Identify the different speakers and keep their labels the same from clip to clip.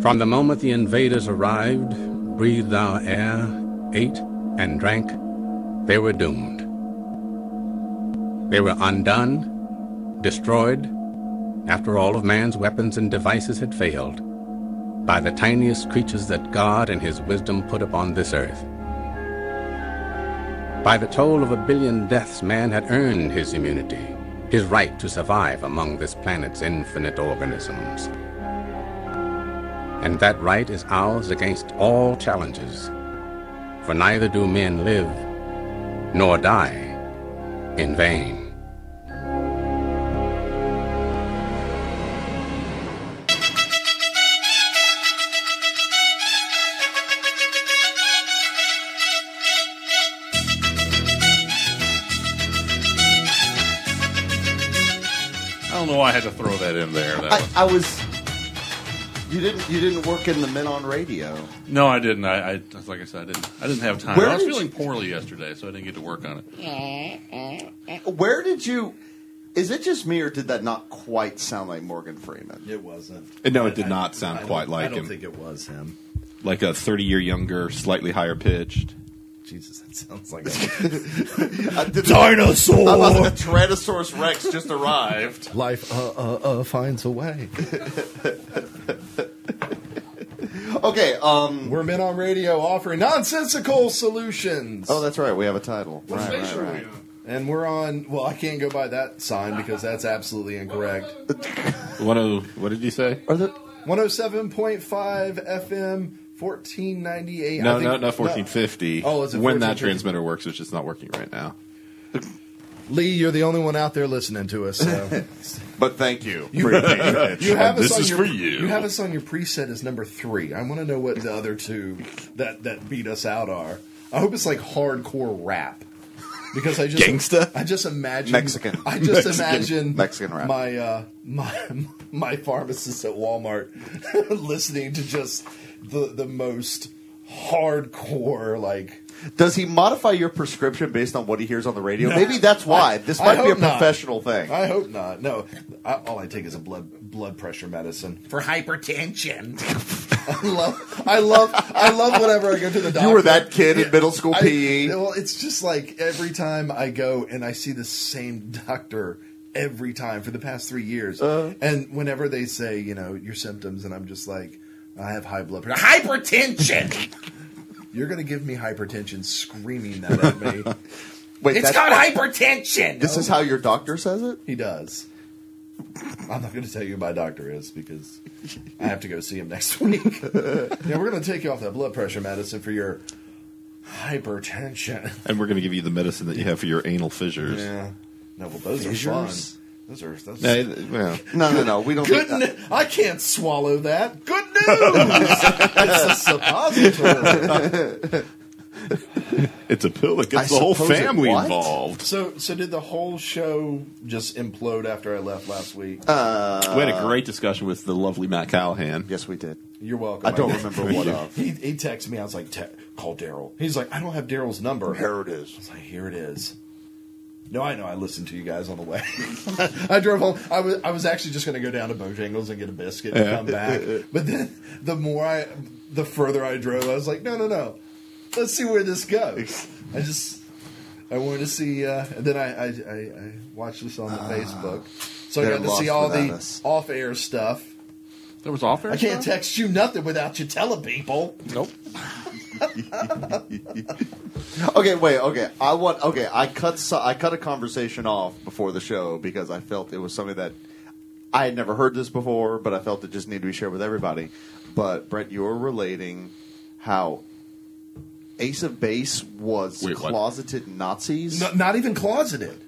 Speaker 1: From the moment the invaders arrived, breathed our air, ate, and drank, they were doomed. They were undone, destroyed, after all of man's weapons and devices had failed, by the tiniest creatures that God in His wisdom put upon this earth. By the toll of a billion deaths, man had earned his immunity, his right to survive among this planet's infinite organisms. And that right is ours against all challenges, for neither do men live nor die in vain.
Speaker 2: I don't know why I had to throw that in there. That
Speaker 3: I,
Speaker 2: was
Speaker 3: I was. You didn't. You didn't work in the men on radio.
Speaker 2: no, I didn't. I, I that's like I said, I didn't. I didn't have time.
Speaker 3: Where
Speaker 2: I was
Speaker 3: did
Speaker 2: feeling
Speaker 3: you-
Speaker 2: poorly yesterday, so I didn't get to work on it.
Speaker 3: Where did you? Is it just me, or did that not quite sound like Morgan Freeman?
Speaker 4: It wasn't.
Speaker 5: No, it did not sound
Speaker 4: I don't-
Speaker 5: quite like
Speaker 4: I don't
Speaker 5: him.
Speaker 4: think it was him.
Speaker 5: Like a 30 year younger, slightly higher pitched.
Speaker 4: Jesus, that sounds like a
Speaker 3: I did- I was
Speaker 4: dinosaur.
Speaker 3: like, Tyrannosaurus Rex just arrived.
Speaker 4: Life uh, uh, uh, finds a way.
Speaker 3: Okay. Um.
Speaker 4: We're men on radio offering nonsensical solutions.
Speaker 3: Oh, that's right. We have a title. right, right,
Speaker 6: station are
Speaker 3: right.
Speaker 6: we on?
Speaker 4: and we're on. Well, I can't go by that sign because that's absolutely incorrect.
Speaker 5: What, oh, what did you say?
Speaker 3: Are there-
Speaker 4: 107.5 FM, 1498. I
Speaker 5: No,
Speaker 4: think-
Speaker 5: no, no, 1450.
Speaker 4: Oh, is it 1450?
Speaker 5: When that transmitter works, which is not working right now.
Speaker 4: Lee, you're the only one out there listening to us. So.
Speaker 3: But thank you.
Speaker 4: You- you have us
Speaker 2: This
Speaker 4: on
Speaker 2: is
Speaker 4: your,
Speaker 2: for you.
Speaker 4: have us on your preset as number three. I want to know what the other two that that beat us out are. I hope it's like hardcore rap because I just
Speaker 5: Gangsta?
Speaker 4: I just imagine
Speaker 3: Mexican.
Speaker 4: I just
Speaker 3: Mexican-
Speaker 4: imagine
Speaker 3: Mexican rap.
Speaker 4: My uh, my my pharmacist at Walmart listening to just the the most hardcore like.
Speaker 3: Does he modify your prescription based on what he hears on the radio? Maybe that's why. this
Speaker 4: I
Speaker 3: might be a
Speaker 4: hope not.
Speaker 3: professional thing.
Speaker 4: I hope not. No, I, all I take is a blood blood pressure medicine for hypertension. I love, I love, I love whenever I go to the doctor.
Speaker 3: you were that kid in middle school E.
Speaker 4: I-
Speaker 3: PE.
Speaker 4: Well, it's just like every time I go and I see the same doctor every time for the past three years,
Speaker 3: Uh-huh.
Speaker 4: and whenever they say, you know, your symptoms, and I'm just like, I have high blood pressure, hypertension. You're gonna give me hypertension, screaming that at me.
Speaker 3: Wait, that's-
Speaker 4: it's called hypertension.
Speaker 3: This is how your doctor says it.
Speaker 4: He does. I'm not going to tell you who my doctor is because I have to go see him next week. yeah, we're going to take you off that blood pressure medicine for your hypertension.
Speaker 5: And we're going to give you the medicine that you have for your anal fissures.
Speaker 4: Yeah. No, well, those are
Speaker 3: Fissures?
Speaker 4: fun. Those are those
Speaker 5: No, it- well,
Speaker 3: No, no, no. We don't.
Speaker 4: good.
Speaker 3: think that.
Speaker 4: ne- I can't swallow that. Good news. it's a suppository.
Speaker 5: it's a pill that
Speaker 3: I
Speaker 5: gets the whole
Speaker 3: suppose it-
Speaker 5: family
Speaker 3: what?
Speaker 5: involved.
Speaker 4: So, so did the whole show just implode after I left last week?
Speaker 3: Uh,
Speaker 5: we had a great discussion with the lovely Matt Callahan.
Speaker 3: Yes, we did.
Speaker 4: You're welcome.
Speaker 3: I don't
Speaker 4: did.
Speaker 3: remember what of.
Speaker 4: He, he texted me. I was like, "Te- call Daryl. He's like, I don't have Daryl's number.
Speaker 3: Here it is.
Speaker 4: I was like, here it is. No, I know. I listened to you guys on the way. I drove home. I was I was actually just going to go down to Bojangles and get a biscuit and come back. But then the more I, the further I drove, I was like, no, no, no. Let's see where this goes. I just I wanted to see, uh, and then I I, I, I watched this on the Facebook, so I
Speaker 3: they're
Speaker 4: got to see
Speaker 3: Ah. lost
Speaker 4: all
Speaker 3: without
Speaker 4: the
Speaker 3: us.
Speaker 4: off-air stuff.
Speaker 2: There was off air.
Speaker 4: I can't text you nothing without you telling people.
Speaker 2: Nope.
Speaker 3: Okay, wait. Okay, I want. Okay, I cut. So, I cut a conversation off before the show because I felt it was something that I had never heard this before, but I felt it just needed to be shared with everybody. But Brett, you were relating how Ace of Base was
Speaker 2: Wait, what?
Speaker 3: closeted Nazis.
Speaker 4: No, not even closeted.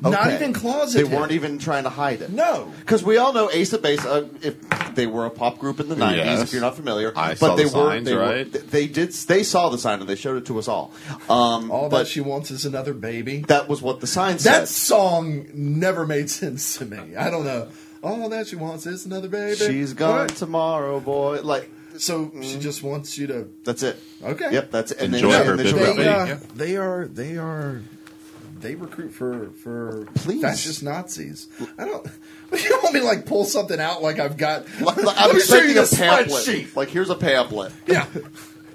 Speaker 4: Not
Speaker 3: Okay.
Speaker 4: even closeted.
Speaker 3: They weren't even trying to hide it.
Speaker 4: No.
Speaker 3: because we all know Ace of Base. Uh, if they were a pop group in the nineties, if
Speaker 5: Yes.
Speaker 3: you're not familiar,
Speaker 5: I
Speaker 3: but
Speaker 5: saw
Speaker 3: they
Speaker 5: the
Speaker 3: were.
Speaker 5: signs,
Speaker 3: they were-
Speaker 5: right?
Speaker 3: th- they did. They saw the sign and they showed it to us all. Um,
Speaker 4: All
Speaker 3: but
Speaker 4: that she wants is another baby. That,
Speaker 3: that was what the sign said.
Speaker 4: song never made sense to me. I don't know. All that she wants is another baby.
Speaker 3: She's gone Mm-hmm.
Speaker 4: What?
Speaker 3: tomorrow, boy. Like
Speaker 4: So she just wants you to.
Speaker 3: that's it.
Speaker 4: Okay.
Speaker 3: Yep, that's it. And
Speaker 5: Enjoy
Speaker 3: then,
Speaker 5: her
Speaker 3: and then
Speaker 5: bit
Speaker 3: she'll
Speaker 5: of
Speaker 3: go,
Speaker 4: uh, They,
Speaker 5: baby.
Speaker 4: uh, they are. They are. they recruit for for
Speaker 3: Please.
Speaker 4: fascist Nazis. I don't. You don't want me to like pull something out like I've got.
Speaker 3: Like, like,
Speaker 4: Let
Speaker 3: I'm
Speaker 4: me show
Speaker 3: expecting
Speaker 4: you
Speaker 3: a
Speaker 4: the
Speaker 3: pamphlet.
Speaker 4: spreadsheet.
Speaker 3: Like here's a pamphlet.
Speaker 4: Yeah.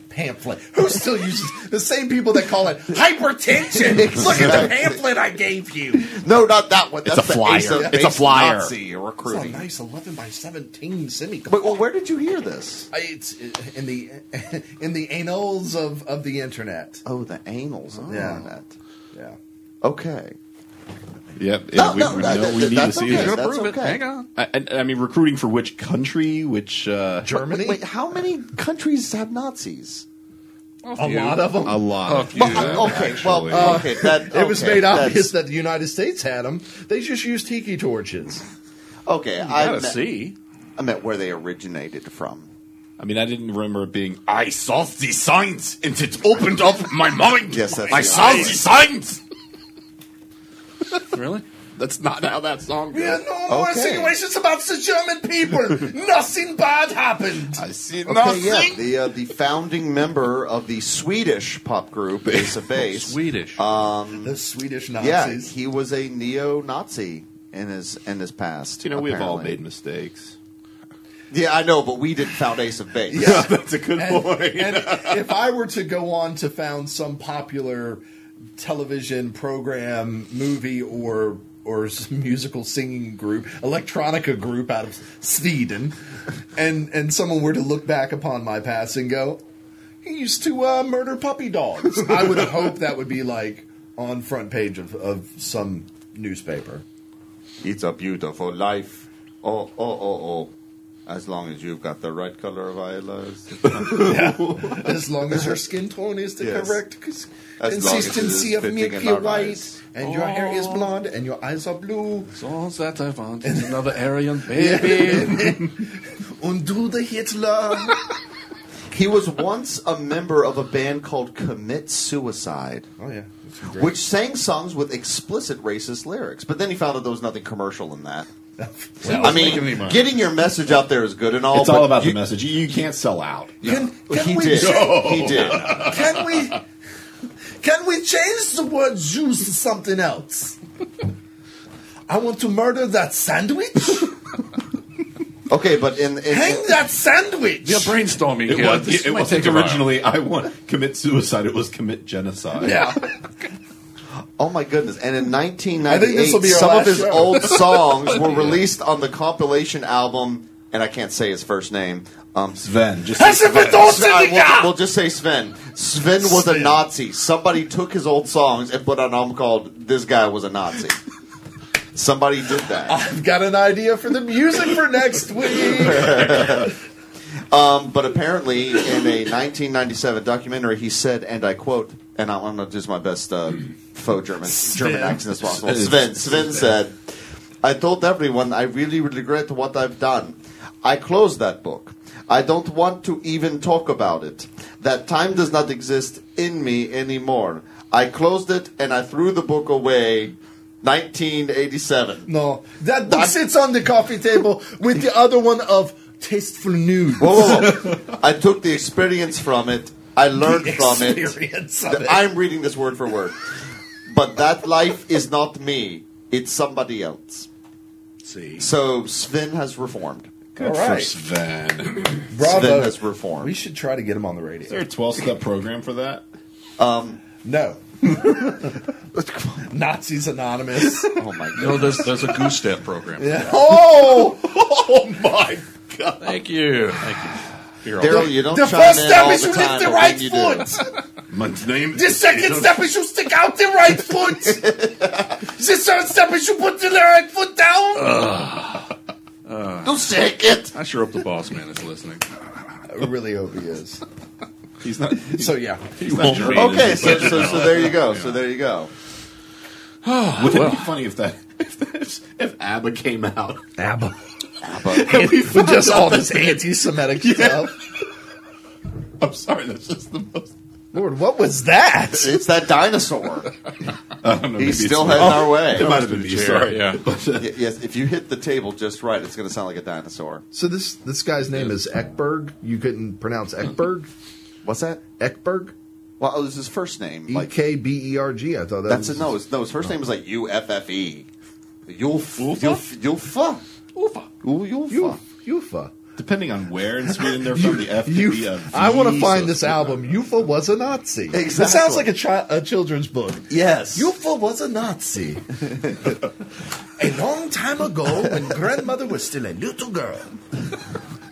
Speaker 4: Pamphlet. Who still uses the same people that call it hypertension? Look at the pamphlet I gave you.
Speaker 3: No, not that one. That's
Speaker 5: a
Speaker 3: the
Speaker 5: flyer.
Speaker 3: Ace of
Speaker 5: It's a
Speaker 3: Base
Speaker 5: flyer.
Speaker 3: Nazi
Speaker 4: It's a
Speaker 3: recruiting.
Speaker 4: nice eleven by seventeen semicolon.
Speaker 3: But well, where did you hear this?
Speaker 4: I- It's uh, in the in the annals of of the internet.
Speaker 3: Oh, the anals. Oh,
Speaker 4: Yeah.
Speaker 3: that.
Speaker 4: Yeah.
Speaker 3: Okay.
Speaker 5: Yep.
Speaker 3: No,
Speaker 5: and we,
Speaker 3: no,
Speaker 5: we
Speaker 3: that-
Speaker 5: know
Speaker 3: that-
Speaker 5: we need to
Speaker 3: that's
Speaker 5: see
Speaker 3: okay.
Speaker 5: this.
Speaker 3: That's
Speaker 2: Prove it.
Speaker 3: okay.
Speaker 2: Hang on.
Speaker 5: I, I- I mean, recruiting for which country? Which uh,
Speaker 4: Germany.
Speaker 3: Wait, wait, how many countries have Nazis?
Speaker 4: a lot of them.
Speaker 5: a lot.
Speaker 2: Fuck you.
Speaker 5: them,
Speaker 3: Well, okay, well, uh,
Speaker 5: actually.
Speaker 3: okay. That,
Speaker 4: Uh, It was
Speaker 3: okay,
Speaker 4: made
Speaker 3: that's-
Speaker 4: obvious that the United States had them. They just used tiki torches.
Speaker 3: Okay, I
Speaker 2: Gotta
Speaker 3: meant,
Speaker 2: see.
Speaker 3: I meant where they originated from.
Speaker 5: I mean, I didn't remember it being. I saw the signs and it opened up my mind.
Speaker 3: Yes, that's
Speaker 5: I
Speaker 3: the
Speaker 5: saw the
Speaker 3: idea.
Speaker 5: signs.
Speaker 2: Really?
Speaker 5: That's not how that song goes.
Speaker 4: no
Speaker 3: more Okay. insinuations
Speaker 4: about the German people. Nothing bad happened.
Speaker 5: I see
Speaker 3: Okay,
Speaker 5: nothing.
Speaker 3: yeah, the uh, the founding member of the Swedish pop group Ace of Base.
Speaker 2: Swedish.
Speaker 4: The Swedish
Speaker 3: Yeah,
Speaker 4: Nazis.
Speaker 3: he was a neo-Nazi in his in his past.
Speaker 5: You know, we've all
Speaker 3: apparently.
Speaker 5: made mistakes.
Speaker 3: Yeah, I know, but we didn't found Ace of Base.
Speaker 5: that's a good
Speaker 4: And, and if I were to go on to found some popular television program, movie, or or s- musical singing group, electronica group out of Sweden, and and someone were to look back upon my past and go, he used to uh, murder puppy dogs. I would hope that would be like on front page of, of some newspaper.
Speaker 3: It's a beautiful life. Oh, oh, oh, oh. As long as you've got the right color of eyelids.
Speaker 4: As long as your skin tone is the
Speaker 3: Yes.
Speaker 4: correct c-
Speaker 3: As long as it
Speaker 4: consistency
Speaker 3: is
Speaker 4: of
Speaker 3: fitting
Speaker 4: milky
Speaker 3: in our
Speaker 4: white,
Speaker 3: eyes.
Speaker 4: and your hair is blonde, and your eyes are blue,
Speaker 2: so that I want is another Aryan baby.
Speaker 4: undo the Hitler.
Speaker 3: he was once a member of a band called Commit Suicide,
Speaker 4: oh yeah, that's great.
Speaker 3: which sang songs with explicit racist lyrics. But then he found out there was nothing commercial in that.
Speaker 2: Well,
Speaker 3: I
Speaker 2: making me
Speaker 3: mean,
Speaker 2: money.
Speaker 3: getting your message out there is good and all.
Speaker 5: It's all
Speaker 3: but
Speaker 5: about
Speaker 3: you-
Speaker 5: the message. You, you can't sell out.
Speaker 4: can, can
Speaker 3: He
Speaker 4: we
Speaker 3: did.
Speaker 4: cha-
Speaker 3: He did.
Speaker 4: can we can we change the word Jews to something else? I want to murder that sandwich.
Speaker 3: Okay, but in, in,
Speaker 4: Hang that sandwich.
Speaker 2: You're brainstorming
Speaker 5: It,
Speaker 2: here.
Speaker 5: was,
Speaker 2: This
Speaker 5: it,
Speaker 2: might
Speaker 5: wasn't
Speaker 2: take a while.
Speaker 5: originally. I want commit suicide. It was commit genocide.
Speaker 4: yeah.
Speaker 3: oh my goodness! And in
Speaker 4: I think this will
Speaker 3: 1998,
Speaker 4: be our
Speaker 3: some of
Speaker 4: last
Speaker 3: his
Speaker 4: show.
Speaker 3: old songs were released on the compilation album, and I can't say his first name. Um,
Speaker 5: Sven, just
Speaker 4: As if it don't
Speaker 3: Sven- I- we'll,
Speaker 4: Sindika!
Speaker 3: we'll just say Sven. Sven was a
Speaker 4: Sven.
Speaker 3: Nazi. Somebody took his old songs and put an album called "This Guy Was a Nazi." Somebody did that.
Speaker 4: I've got an idea for the music for next week.
Speaker 3: Um, but apparently, in a 1997 documentary, he said, and I quote, and I- I'm going to do my best uh, faux German German accent as possible. Sven Sven said, "I told everyone I really regret what I've done. I closed that book. I don't want to even talk about it. That time does not exist in me anymore. I closed it and I threw the book away." 1987.
Speaker 4: No, that book sits on the coffee table with the other one of tasteful nude.
Speaker 3: Whoa, whoa, whoa. I took the experience from it. I learned from it.
Speaker 4: Experience of
Speaker 3: Th-
Speaker 4: it.
Speaker 3: I'm reading this word for word. But that life is not me. It's somebody else.
Speaker 2: See.
Speaker 3: So Sven has reformed.
Speaker 5: good
Speaker 4: All right.
Speaker 5: for Sven.
Speaker 3: Sven
Speaker 4: Bravo.
Speaker 3: has reformed.
Speaker 4: We should try to get him on the radio.
Speaker 5: Is there a twelve-step program for that?
Speaker 4: No. Nazis Anonymous.
Speaker 3: oh my god.
Speaker 2: No, there's, there's a goose step program.
Speaker 4: oh! Oh my God.
Speaker 2: Thank you. Thank you. Here, I'll-
Speaker 3: Daryl, you don't
Speaker 4: The
Speaker 3: chime
Speaker 4: first
Speaker 3: in
Speaker 4: step
Speaker 3: all
Speaker 4: is
Speaker 3: the
Speaker 4: you
Speaker 3: time,
Speaker 4: lift the
Speaker 3: but
Speaker 4: right
Speaker 3: when you do-
Speaker 4: foot.
Speaker 5: My name.
Speaker 4: The second step is you stick out the right foot. the third step is you put the right foot down.
Speaker 3: Don't shake it.
Speaker 2: I sure hope the boss man is listening.
Speaker 4: I really hope he is.
Speaker 5: He's not. He's
Speaker 4: So, yeah.
Speaker 5: not German.
Speaker 3: Okay, so, so so there you go. So there you go.
Speaker 5: Would it be funny if that if, that, if ABBA came out?
Speaker 4: ABBA.
Speaker 3: But
Speaker 4: With just all this anti Semitic stuff.
Speaker 5: I'm sorry, that's just the most.
Speaker 4: Lord, what was that?
Speaker 3: it's that dinosaur.
Speaker 5: I don't know, maybe
Speaker 3: He's
Speaker 5: it's
Speaker 3: still
Speaker 5: me.
Speaker 3: heading
Speaker 5: Oh,
Speaker 3: our way.
Speaker 5: It might have been me.
Speaker 2: Chair,
Speaker 5: Sorry.
Speaker 2: yeah.
Speaker 5: But, uh,
Speaker 3: Y- yes, if you hit the table just right, it's going to sound like a dinosaur.
Speaker 4: So this this guy's name is Ekberg. You couldn't pronounce Ekberg.
Speaker 3: What's that?
Speaker 4: Ekberg.
Speaker 3: Well, it was his first name.
Speaker 6: E
Speaker 3: Like
Speaker 6: K B E R G. I thought that
Speaker 3: that's
Speaker 6: was
Speaker 3: it. No, his, no, his
Speaker 4: Oh.
Speaker 3: first name was like U F F E. Ulf. Ulf. Ulf.
Speaker 5: Ufa.
Speaker 3: Ulf.
Speaker 6: Uf- Ufa.
Speaker 5: Depending on where in Sweden they're from, the F to be a
Speaker 6: Ufa. I want
Speaker 3: E
Speaker 6: to find
Speaker 5: V,
Speaker 6: this
Speaker 5: so-
Speaker 6: album. Ufa was a Nazi.
Speaker 3: Exactly.
Speaker 6: It sounds like a, chi- a children's book.
Speaker 3: Yes.
Speaker 6: Ufa was a Nazi. a long time ago, when grandmother was still a little girl,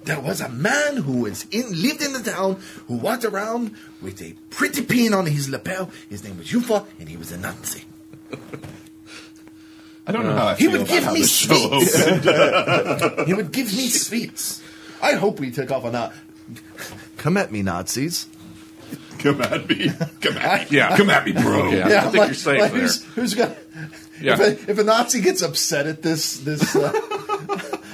Speaker 6: there was a man who was in lived in the town who walked around with a pretty pin on his lapel. His name was Ufa, and he was a Nazi.
Speaker 5: I don't know how I
Speaker 6: He
Speaker 5: feel
Speaker 6: would
Speaker 5: about
Speaker 6: give
Speaker 5: how
Speaker 6: me
Speaker 5: this show
Speaker 6: sweets.
Speaker 5: opened.
Speaker 6: He would give me sweets.
Speaker 4: I hope we took off on that.
Speaker 6: Come at me, Nazis.
Speaker 5: Come at me. Come at me. Yeah. Come at me, bro.
Speaker 2: Yeah. I think you're safe there.
Speaker 4: Who's, who's got?
Speaker 2: Yeah.
Speaker 4: If, a, if a Nazi gets upset at this, this, uh,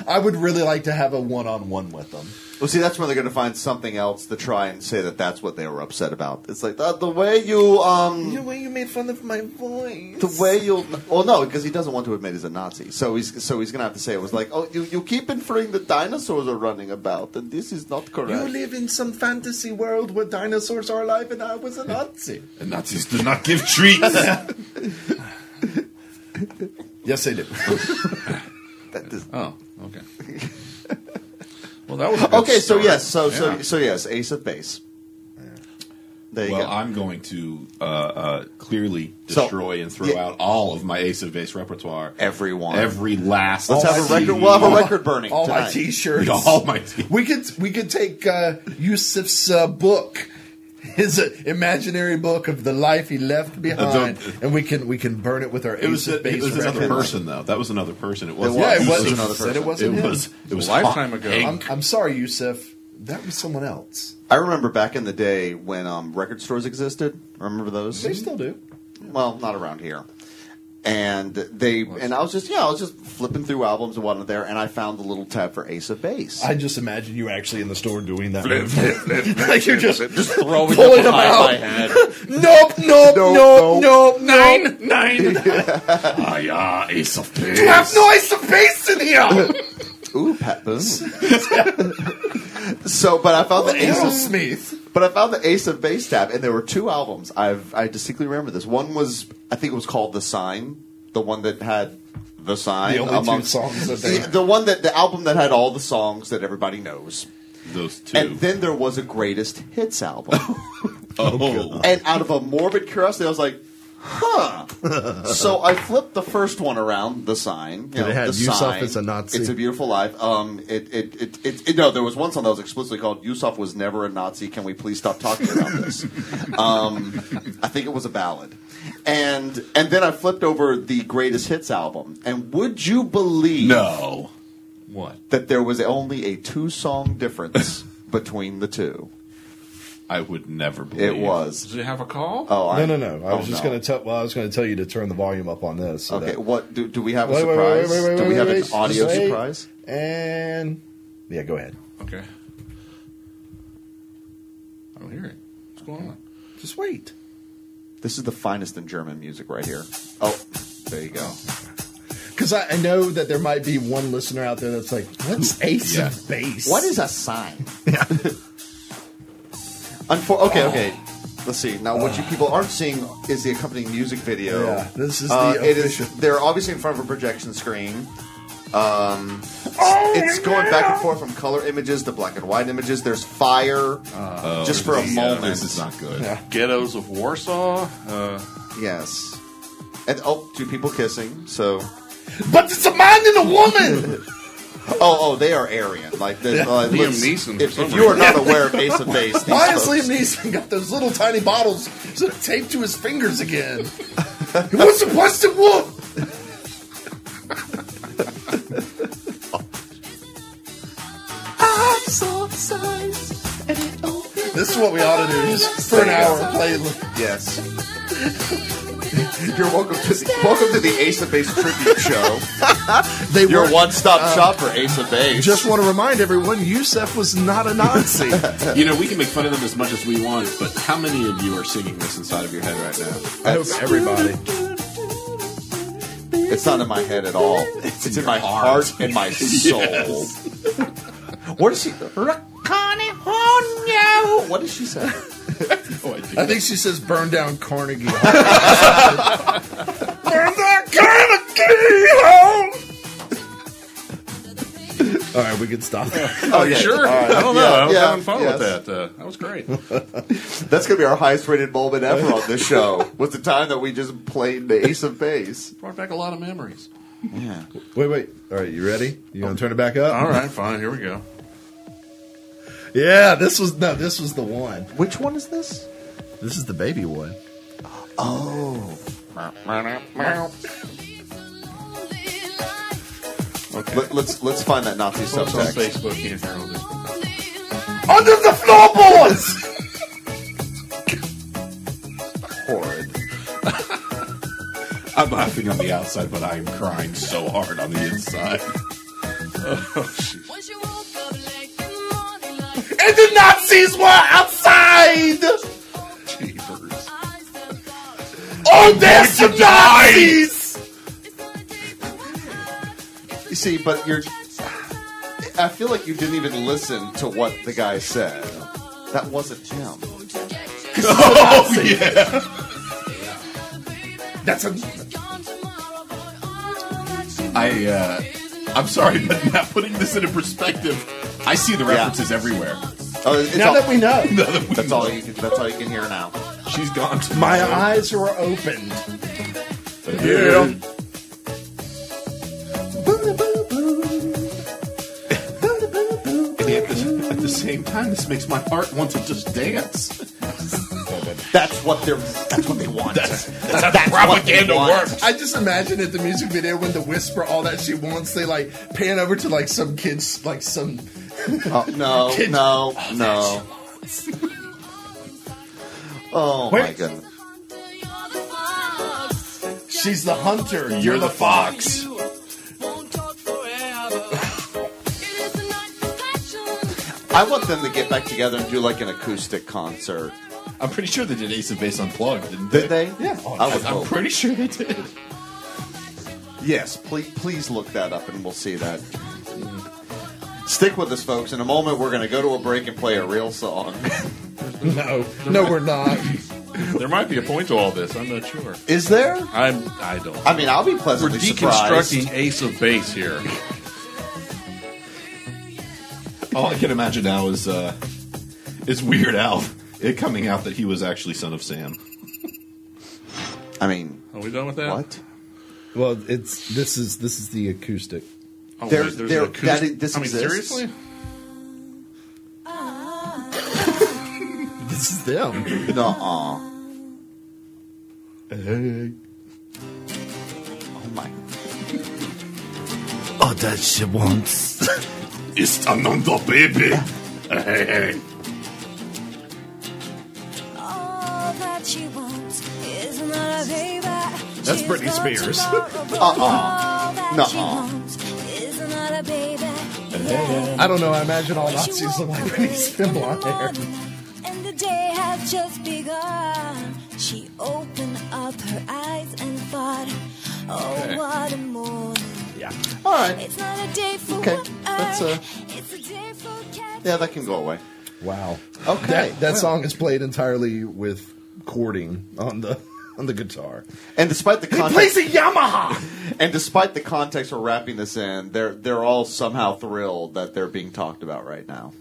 Speaker 4: I would really like to have a one-on-one with them.
Speaker 3: Well, see, that's where they're going to find something else to try and say that that's what they were upset about. It's like uh, the, the way you, um,
Speaker 6: way you made fun of my voice.
Speaker 3: the way you. Well, no, because he doesn't want to admit he's a Nazi, so he's so he's going to have to say it was like, oh, you, you keep inferring the dinosaurs are running about, and this is not correct.
Speaker 6: You live in some fantasy world where dinosaurs are alive and I was a Nazi.
Speaker 5: The Nazis do not give treats. Oh,
Speaker 4: Yes, they do.
Speaker 3: That is-
Speaker 2: Oh, okay. well, that was a good
Speaker 3: okay, so
Speaker 2: start.
Speaker 3: yes, so so
Speaker 2: Yeah.
Speaker 3: so yes, Ace of Base. There you
Speaker 5: well,
Speaker 3: go.
Speaker 5: I'm going to uh, uh, clearly
Speaker 3: So-
Speaker 5: destroy and throw
Speaker 3: Yeah.
Speaker 5: out all of my Ace of Base repertoire.
Speaker 3: Everyone.
Speaker 5: Every last.
Speaker 3: Let's have a record. We'll have a record burning
Speaker 4: All my
Speaker 3: tonight.
Speaker 4: T-shirts.
Speaker 5: All my t-
Speaker 4: We could we could take uh, Yusuf's uh, book, his uh, imaginary book of the life he left behind,
Speaker 5: don't-
Speaker 4: and we can we can burn it with our.
Speaker 5: It was,
Speaker 4: Ace of
Speaker 5: it
Speaker 4: Base
Speaker 5: was another
Speaker 4: records.
Speaker 5: person, though. That was another person. It wasn't.
Speaker 4: Yeah, it
Speaker 5: Yusuf.
Speaker 4: was,
Speaker 3: It was
Speaker 4: another
Speaker 3: another
Speaker 4: person. It
Speaker 3: person.
Speaker 4: wasn't
Speaker 5: It
Speaker 4: him.
Speaker 5: was. It was
Speaker 2: A lifetime ago.
Speaker 4: I'm,
Speaker 5: Hank.
Speaker 4: I'm sorry, Yusuf. That was someone else.
Speaker 3: I remember back in the day when um, record stores existed. Remember those?
Speaker 4: They still do.
Speaker 3: well, not around here. And they and I was just yeah, I was just flipping through albums and whatnot there, and I found the little tab for Ace of Base.
Speaker 4: I just imagine you actually in the store doing that.
Speaker 2: Flip, flip, flip, flip,
Speaker 4: Like you're just-
Speaker 2: flip, just throwing up
Speaker 4: pulling them
Speaker 2: behind
Speaker 4: out.
Speaker 2: my head.
Speaker 4: Nope, nope, nope, nope, nope.
Speaker 2: Nine, nine.
Speaker 5: Ah, yeah, Ace of Base.
Speaker 4: You have no ice of base in here.
Speaker 3: Ooh, Pat Boone. so, but I found the Ace of
Speaker 4: Aerosmith.
Speaker 3: But I found the Ace of Base tab, and there were two albums. I've I distinctly remember this. One was I think it was called The Sign, the one that had the sign
Speaker 4: The only two
Speaker 3: amongst-
Speaker 4: songs that they-
Speaker 3: the, the one that the album that had all the songs that everybody knows.
Speaker 5: Those two.
Speaker 3: And then there was a greatest hits album.
Speaker 5: oh,
Speaker 3: and out of a morbid curiosity, I was like, huh. so I flipped the first one around, the sign. You
Speaker 6: Did it have
Speaker 3: the
Speaker 6: Yusuf
Speaker 3: sign,
Speaker 6: as a Nazi?
Speaker 3: It's a Beautiful Life. Um, it, it, it, it, it- no, there was one song that was explicitly called Yusuf was never a Nazi. Can we please stop talking about this? um, I think it was a ballad. And and then I flipped over the greatest hits album. And would you believe
Speaker 5: no. What?
Speaker 3: that there was only a two song difference between the two?
Speaker 5: I would never believe
Speaker 3: It was.
Speaker 2: Does it have a call?
Speaker 3: Oh, I,
Speaker 4: No, no, no. I was
Speaker 3: Oh,
Speaker 4: just
Speaker 3: no.
Speaker 4: gonna tell. Well, I was gonna tell you to turn the volume up on this. so
Speaker 3: Okay,
Speaker 4: that-
Speaker 3: what do, do we have a
Speaker 4: Wait, wait, wait,
Speaker 3: surprise?
Speaker 4: wait, wait,
Speaker 3: do we
Speaker 4: wait,
Speaker 3: have
Speaker 4: wait,
Speaker 3: an
Speaker 4: just
Speaker 3: audio
Speaker 4: wait.
Speaker 3: surprise?
Speaker 4: And yeah, go ahead.
Speaker 2: Okay. I don't hear it. What's going on?
Speaker 4: Just wait.
Speaker 3: This is the finest in German music right here. Oh, there you go.
Speaker 4: Because I, I know that there might be one listener out there that's like, "What's Ace
Speaker 5: Yeah.
Speaker 4: of Base?
Speaker 3: What is a sign? Unfor- okay, okay. Let's see. Now, what you people aren't seeing is the accompanying music video.
Speaker 4: Yeah, this is
Speaker 3: Uh,
Speaker 4: the
Speaker 3: it is.
Speaker 4: official-
Speaker 3: They're obviously in front of a projection screen. Um,
Speaker 4: Oh,
Speaker 3: it's going back and forth from color images to black and white images. There's fire,
Speaker 4: Uh,
Speaker 3: just for a
Speaker 5: Yeah,
Speaker 3: moment.
Speaker 5: This is not good.
Speaker 2: Ghettos of Warsaw. Uh,
Speaker 3: Yes. And oh, two people kissing. So
Speaker 4: But it's a man and a woman.
Speaker 3: Oh, oh, they are Aryan. Like the, uh,
Speaker 2: Liam
Speaker 3: let's-
Speaker 2: Neeson,
Speaker 3: If,
Speaker 2: for
Speaker 3: if
Speaker 2: some
Speaker 3: you are not aware of Ace of Base, these
Speaker 4: Why has
Speaker 3: folks-
Speaker 4: Liam Neeson got those little tiny bottles sort of taped to his fingers again? he was a busted wolf. This is what we ought to do just for an hour play.
Speaker 3: Yes. You're welcome to the, welcome to the Ace of Base tribute show.
Speaker 6: They
Speaker 3: Your
Speaker 6: were
Speaker 3: one stop shop for Ace of Base.
Speaker 6: Just want to remind everyone, Yusef was not a Nazi.
Speaker 5: You know, we can make fun of them as much as we want, but how many of you are singing this inside of your head right now?
Speaker 6: I hope everybody.
Speaker 3: it's not in my head at all. It's, in, my heart. and my soul. Where does she? Rakani Honyo. What does she say?
Speaker 5: No idea.
Speaker 4: I think she says burn down Carnegie Hall. burn down Carnegie Hall! All right, we can stop.
Speaker 3: Oh, yeah. All
Speaker 5: Sure.
Speaker 2: Uh,
Speaker 3: right.
Speaker 5: I don't know. I was
Speaker 3: Yeah,
Speaker 5: having fun
Speaker 3: yes.
Speaker 5: with that. Uh, that was great.
Speaker 3: That's gonna be our highest rated moment ever on this show. was the time that we just played the Ace of Base.
Speaker 2: Brought back a lot of memories.
Speaker 3: Yeah.
Speaker 4: Wait, wait. All right, you ready? You gonna turn it back up?
Speaker 3: Uh-huh.
Speaker 2: All right, fine. Here we go.
Speaker 4: Yeah, this was no, this was the one.
Speaker 3: Which one is this?
Speaker 4: This is the baby one.
Speaker 3: Let, let's let's find that Nazi
Speaker 2: Folks on
Speaker 3: subtext.
Speaker 2: Facebook can't handle this.
Speaker 4: Under the floorboards.
Speaker 3: Horrid.
Speaker 5: I'm laughing on the outside, but I am crying so hard on the inside.
Speaker 4: and the Nazis were outside.
Speaker 5: Jeepers.
Speaker 4: Oh, there's some Nazis.
Speaker 3: You see, but you're. I feel like you didn't even listen to what the guy said. That wasn't him.
Speaker 5: Oh, yeah.
Speaker 4: That's a.
Speaker 5: I, uh, I'm sorry, but not putting this into perspective, I see the references everywhere.
Speaker 3: Oh, it's
Speaker 4: Now
Speaker 3: all,
Speaker 4: that we know,
Speaker 5: Now that we
Speaker 3: that's
Speaker 5: know.
Speaker 3: all you. Can, that's all you can hear now.
Speaker 5: She's gone. To
Speaker 4: my eyes were opened.
Speaker 5: Yeah. And At the, at the same time, this makes my heart want to just dance.
Speaker 3: That's what they're. That's what they want.
Speaker 5: That's how propaganda
Speaker 3: want.
Speaker 5: works.
Speaker 4: I just imagine at the music video when the whisper all that she wants, they like pan over to like some kids, like some.
Speaker 3: Oh, no,
Speaker 4: Kids.
Speaker 3: no, no. Oh my
Speaker 4: Wait.
Speaker 3: goodness.
Speaker 4: She's the hunter. You're,
Speaker 5: You're the fox.
Speaker 3: I want them to get back together and do like an acoustic concert.
Speaker 5: I'm pretty sure they did Ace of Base Unplugged, didn't
Speaker 3: Did they?
Speaker 5: Yeah.
Speaker 4: Oh,
Speaker 3: I would
Speaker 5: I'm
Speaker 3: hope.
Speaker 5: pretty sure they did.
Speaker 3: Yes, please, please look that up and we'll see that. Stick with us, folks. In a moment, we're going to go to a break and play a real song.
Speaker 4: no, no, we're not.
Speaker 2: There might be a point to all this. I'm not sure.
Speaker 3: Is there?
Speaker 2: I'm. I don't.
Speaker 3: I mean, I'll be
Speaker 2: We're
Speaker 3: pleasantly
Speaker 2: deconstructing
Speaker 3: surprised.
Speaker 2: Ace of Base here.
Speaker 5: All I can imagine now is uh, is Weird Al it coming out that he was actually son of Sam.
Speaker 3: I mean,
Speaker 2: Are we done with that? Oh,
Speaker 3: what?
Speaker 4: Well, it's this is this is the acoustic.
Speaker 2: Oh,
Speaker 3: There-
Speaker 2: wait, there's
Speaker 3: there-
Speaker 2: an acoustic-
Speaker 3: that is- this
Speaker 2: I mean,
Speaker 3: exists?
Speaker 2: seriously?
Speaker 4: This is them.
Speaker 3: uh-uh. Nuh-uh.
Speaker 4: Hey.
Speaker 3: Oh my.
Speaker 4: Oh, that she wants.
Speaker 5: It's another baby. Hey, hey.
Speaker 7: That's
Speaker 5: Britney Spears.
Speaker 7: uh-uh.
Speaker 3: Nuh-uh.
Speaker 7: uh
Speaker 4: I don't know. I imagine all Nazis look like Britney Spears blonde hair.
Speaker 7: And the day has just begun. She opened up her eyes and thought, oh, what a morning.
Speaker 3: All right.
Speaker 7: It's not a day for
Speaker 3: Okay,
Speaker 7: work.
Speaker 3: that's, uh,
Speaker 7: It's a day for catch
Speaker 3: Yeah, that can go away.
Speaker 4: Wow.
Speaker 3: Okay.
Speaker 4: That, that
Speaker 3: Well.
Speaker 4: song is played entirely with cording on the on the guitar.
Speaker 3: And despite the context,
Speaker 4: a Yamaha.
Speaker 3: and despite the context we're wrapping this in, they're they're all somehow thrilled that they're being talked about right now.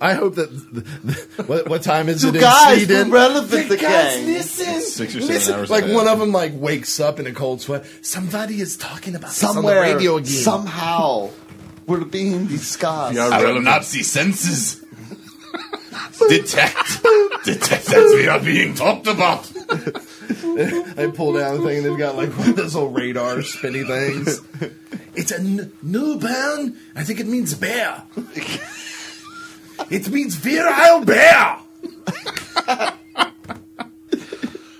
Speaker 4: I hope that. The, the- what, what time is
Speaker 3: You
Speaker 4: it
Speaker 3: guys
Speaker 4: in Sweden?
Speaker 3: were relevant again.
Speaker 4: listen,
Speaker 5: Six or seven
Speaker 4: listen.
Speaker 5: hours
Speaker 4: Like
Speaker 5: ahead.
Speaker 4: one of them, like wakes up in a cold sweat. Somebody is talking about
Speaker 3: Somewhere,
Speaker 4: this on the radio again.
Speaker 3: somehow, we're being discussed.
Speaker 2: Yeah,
Speaker 5: Out of Nazi senses. Detect. Detect that we are being talked about.
Speaker 4: They pull down the thing and they've got like one of those old radar spinny things. it's a n- newborn. I think it means bear. it means virile bear.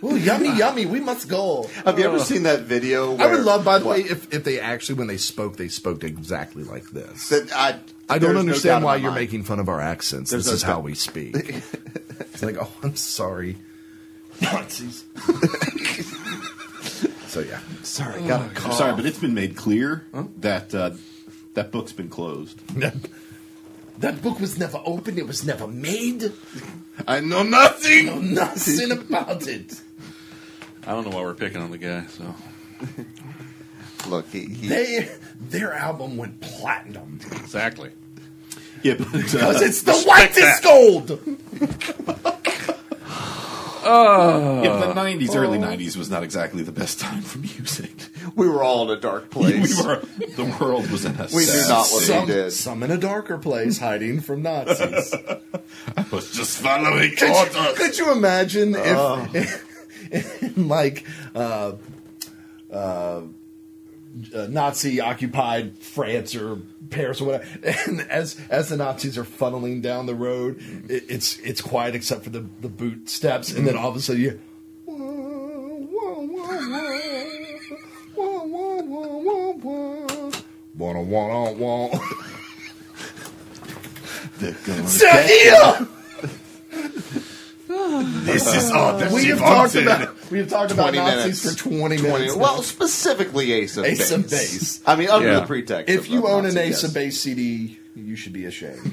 Speaker 4: Ooh, yummy, yummy. We must go.
Speaker 3: Have you ever seen that video? Where,
Speaker 4: I would love, by the
Speaker 3: What?
Speaker 4: way, if, if they actually, when they spoke, they spoke exactly like this.
Speaker 3: That I,
Speaker 4: I
Speaker 3: there's no
Speaker 4: don't
Speaker 3: doubt
Speaker 4: understand
Speaker 3: in
Speaker 4: why
Speaker 3: my
Speaker 4: you're
Speaker 3: mind.
Speaker 4: making fun of our accents.
Speaker 3: There's
Speaker 4: this
Speaker 3: no
Speaker 4: is how
Speaker 3: doubt.
Speaker 4: we speak. it's like, oh, I'm sorry. Nazis. so, yeah. Oh,
Speaker 3: Sorry, got a call.
Speaker 5: I'm sorry, but it's been made clear that uh, that book's been closed.
Speaker 4: That book was never opened. It was never made.
Speaker 5: I know nothing.
Speaker 4: Know nothing about it.
Speaker 2: I don't know why we're picking on the guy. So
Speaker 3: Look, he, he
Speaker 4: They their album went platinum
Speaker 2: exactly.
Speaker 5: Yeah, but
Speaker 4: because
Speaker 5: uh,
Speaker 4: it's the whitest gold.
Speaker 5: yeah, the '90s, early '90s was not exactly the best time for music.
Speaker 3: we were all in a dark
Speaker 5: we
Speaker 3: place.
Speaker 5: were, the world was in a
Speaker 3: We knew
Speaker 5: sad
Speaker 3: not what
Speaker 5: state.
Speaker 3: we did.
Speaker 4: Some in a darker place, hiding from Nazis.
Speaker 5: I was just following
Speaker 4: could, you,
Speaker 5: orders.
Speaker 4: could you imagine if, in, like uh, uh, uh, Nazi occupied France or Paris or whatever, and as as the Nazis are funneling down the road, it, it's it's quiet except for the the boot steps, and then all of a sudden you. Wanna wanna want
Speaker 5: They're gonna
Speaker 4: Zahir!
Speaker 5: This is all that
Speaker 4: We
Speaker 5: she
Speaker 4: have talked
Speaker 5: wanted.
Speaker 4: about we have talked about
Speaker 3: 20
Speaker 4: Nazis
Speaker 3: minutes.
Speaker 4: for twenty minutes.
Speaker 3: well, specifically Ace of
Speaker 4: Ace
Speaker 3: Base.
Speaker 4: of Base.
Speaker 3: I mean, under
Speaker 2: Yeah.
Speaker 3: the pretext.
Speaker 4: if
Speaker 3: of
Speaker 4: you
Speaker 3: the
Speaker 4: own an
Speaker 3: Nazi,
Speaker 4: Ace
Speaker 3: yes.
Speaker 4: of Base CD, you should be ashamed,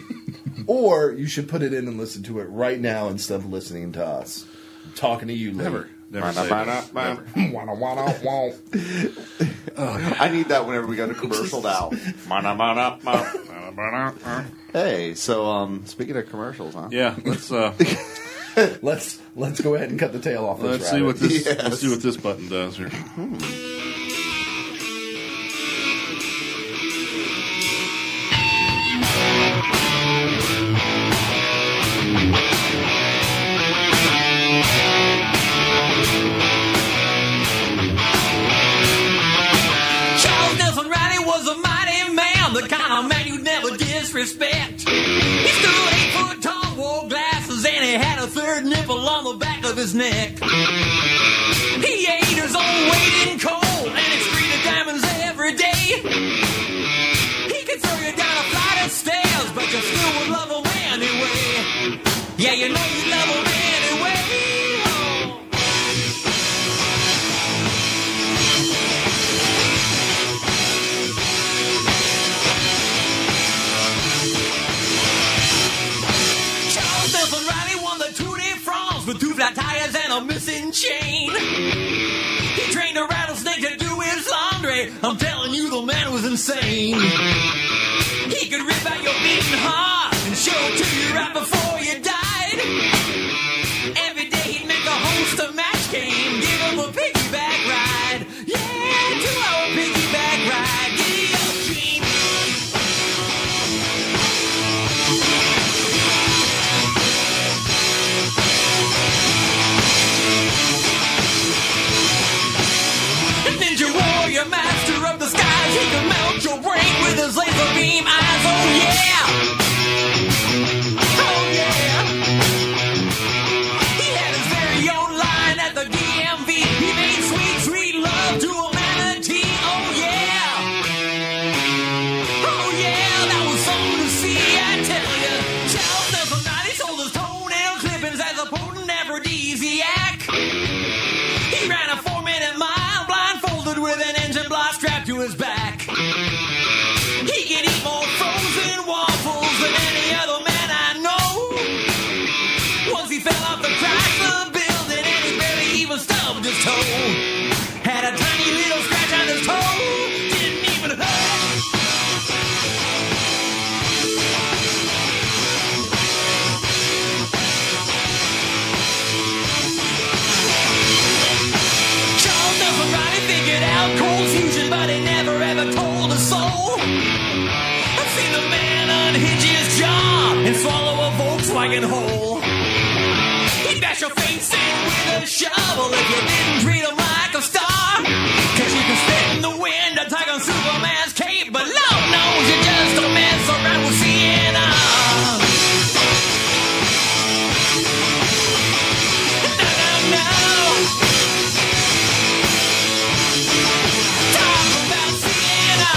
Speaker 4: or you should put it in and listen to it right now instead of listening to us I'm talking to you.
Speaker 2: Never,
Speaker 4: Later.
Speaker 2: never. say that. Never.
Speaker 4: Wanna, wanna, wanna.
Speaker 3: I need that whenever we go to commercial now. hey, so um, speaking of commercials, huh?
Speaker 2: Yeah, let's uh,
Speaker 4: Let's let's go ahead and cut the tail off. This
Speaker 2: let's see
Speaker 4: rabbit.
Speaker 2: what this
Speaker 3: Yes.
Speaker 2: let's see what this button does here.
Speaker 8: Charles Nelson Riley was a mighty man, the kind of man you'd never disrespect. He stood eight foot tall, wore glasses, and he had a third nipple on the back of his neck. He ate his own weight in coal and excreted diamonds every day. He could throw you down a flight of stairs, but you still would love him anyway. Yeah, you know you love him anyway. Oh. Charles Nelson Riley won the Tour de France with two flat tires and a missing chain. He trained a rattlesnake to do his laundry. I'm telling you, the man was insane. He could rip out your beating heart and show it to you right before you died. Every day he'd make a host of match game, give him a piggyback ride. Yeah, two-hour piggyback ride. Guillotine. Ninja warrior, master of the skies. He can melt your brain with his laser beam eyes. Oh yeah! Oh yeah! He had his very own line at the DMV. He made sweet, sweet love to a manatee. Oh yeah! Oh yeah! That was something to see, I tell ya. Charles Nelson Knight, he sold his toenail clippings as a potent aphrodisiac. He ran a four minute mile blindfolded with an engine block strapped to his back. He can eat more frozen waffles than any other man I know. Once he fell off the crack of the building and he barely even stubbed his toe. Had a tiny little scratch on his toe, didn't even hurt. Charles never really figured out cold fusion, but he never ever told a soul. I've seen a man unhinge his jaw and swallow a Volkswagen whole. He'd bash your face in with a shovel if you didn't treat him like a star. Cause you can spit in the wind, attack on Superman's cape, but Lord knows you just don't mess around with CNR. No, no, no. Talk about Sienna.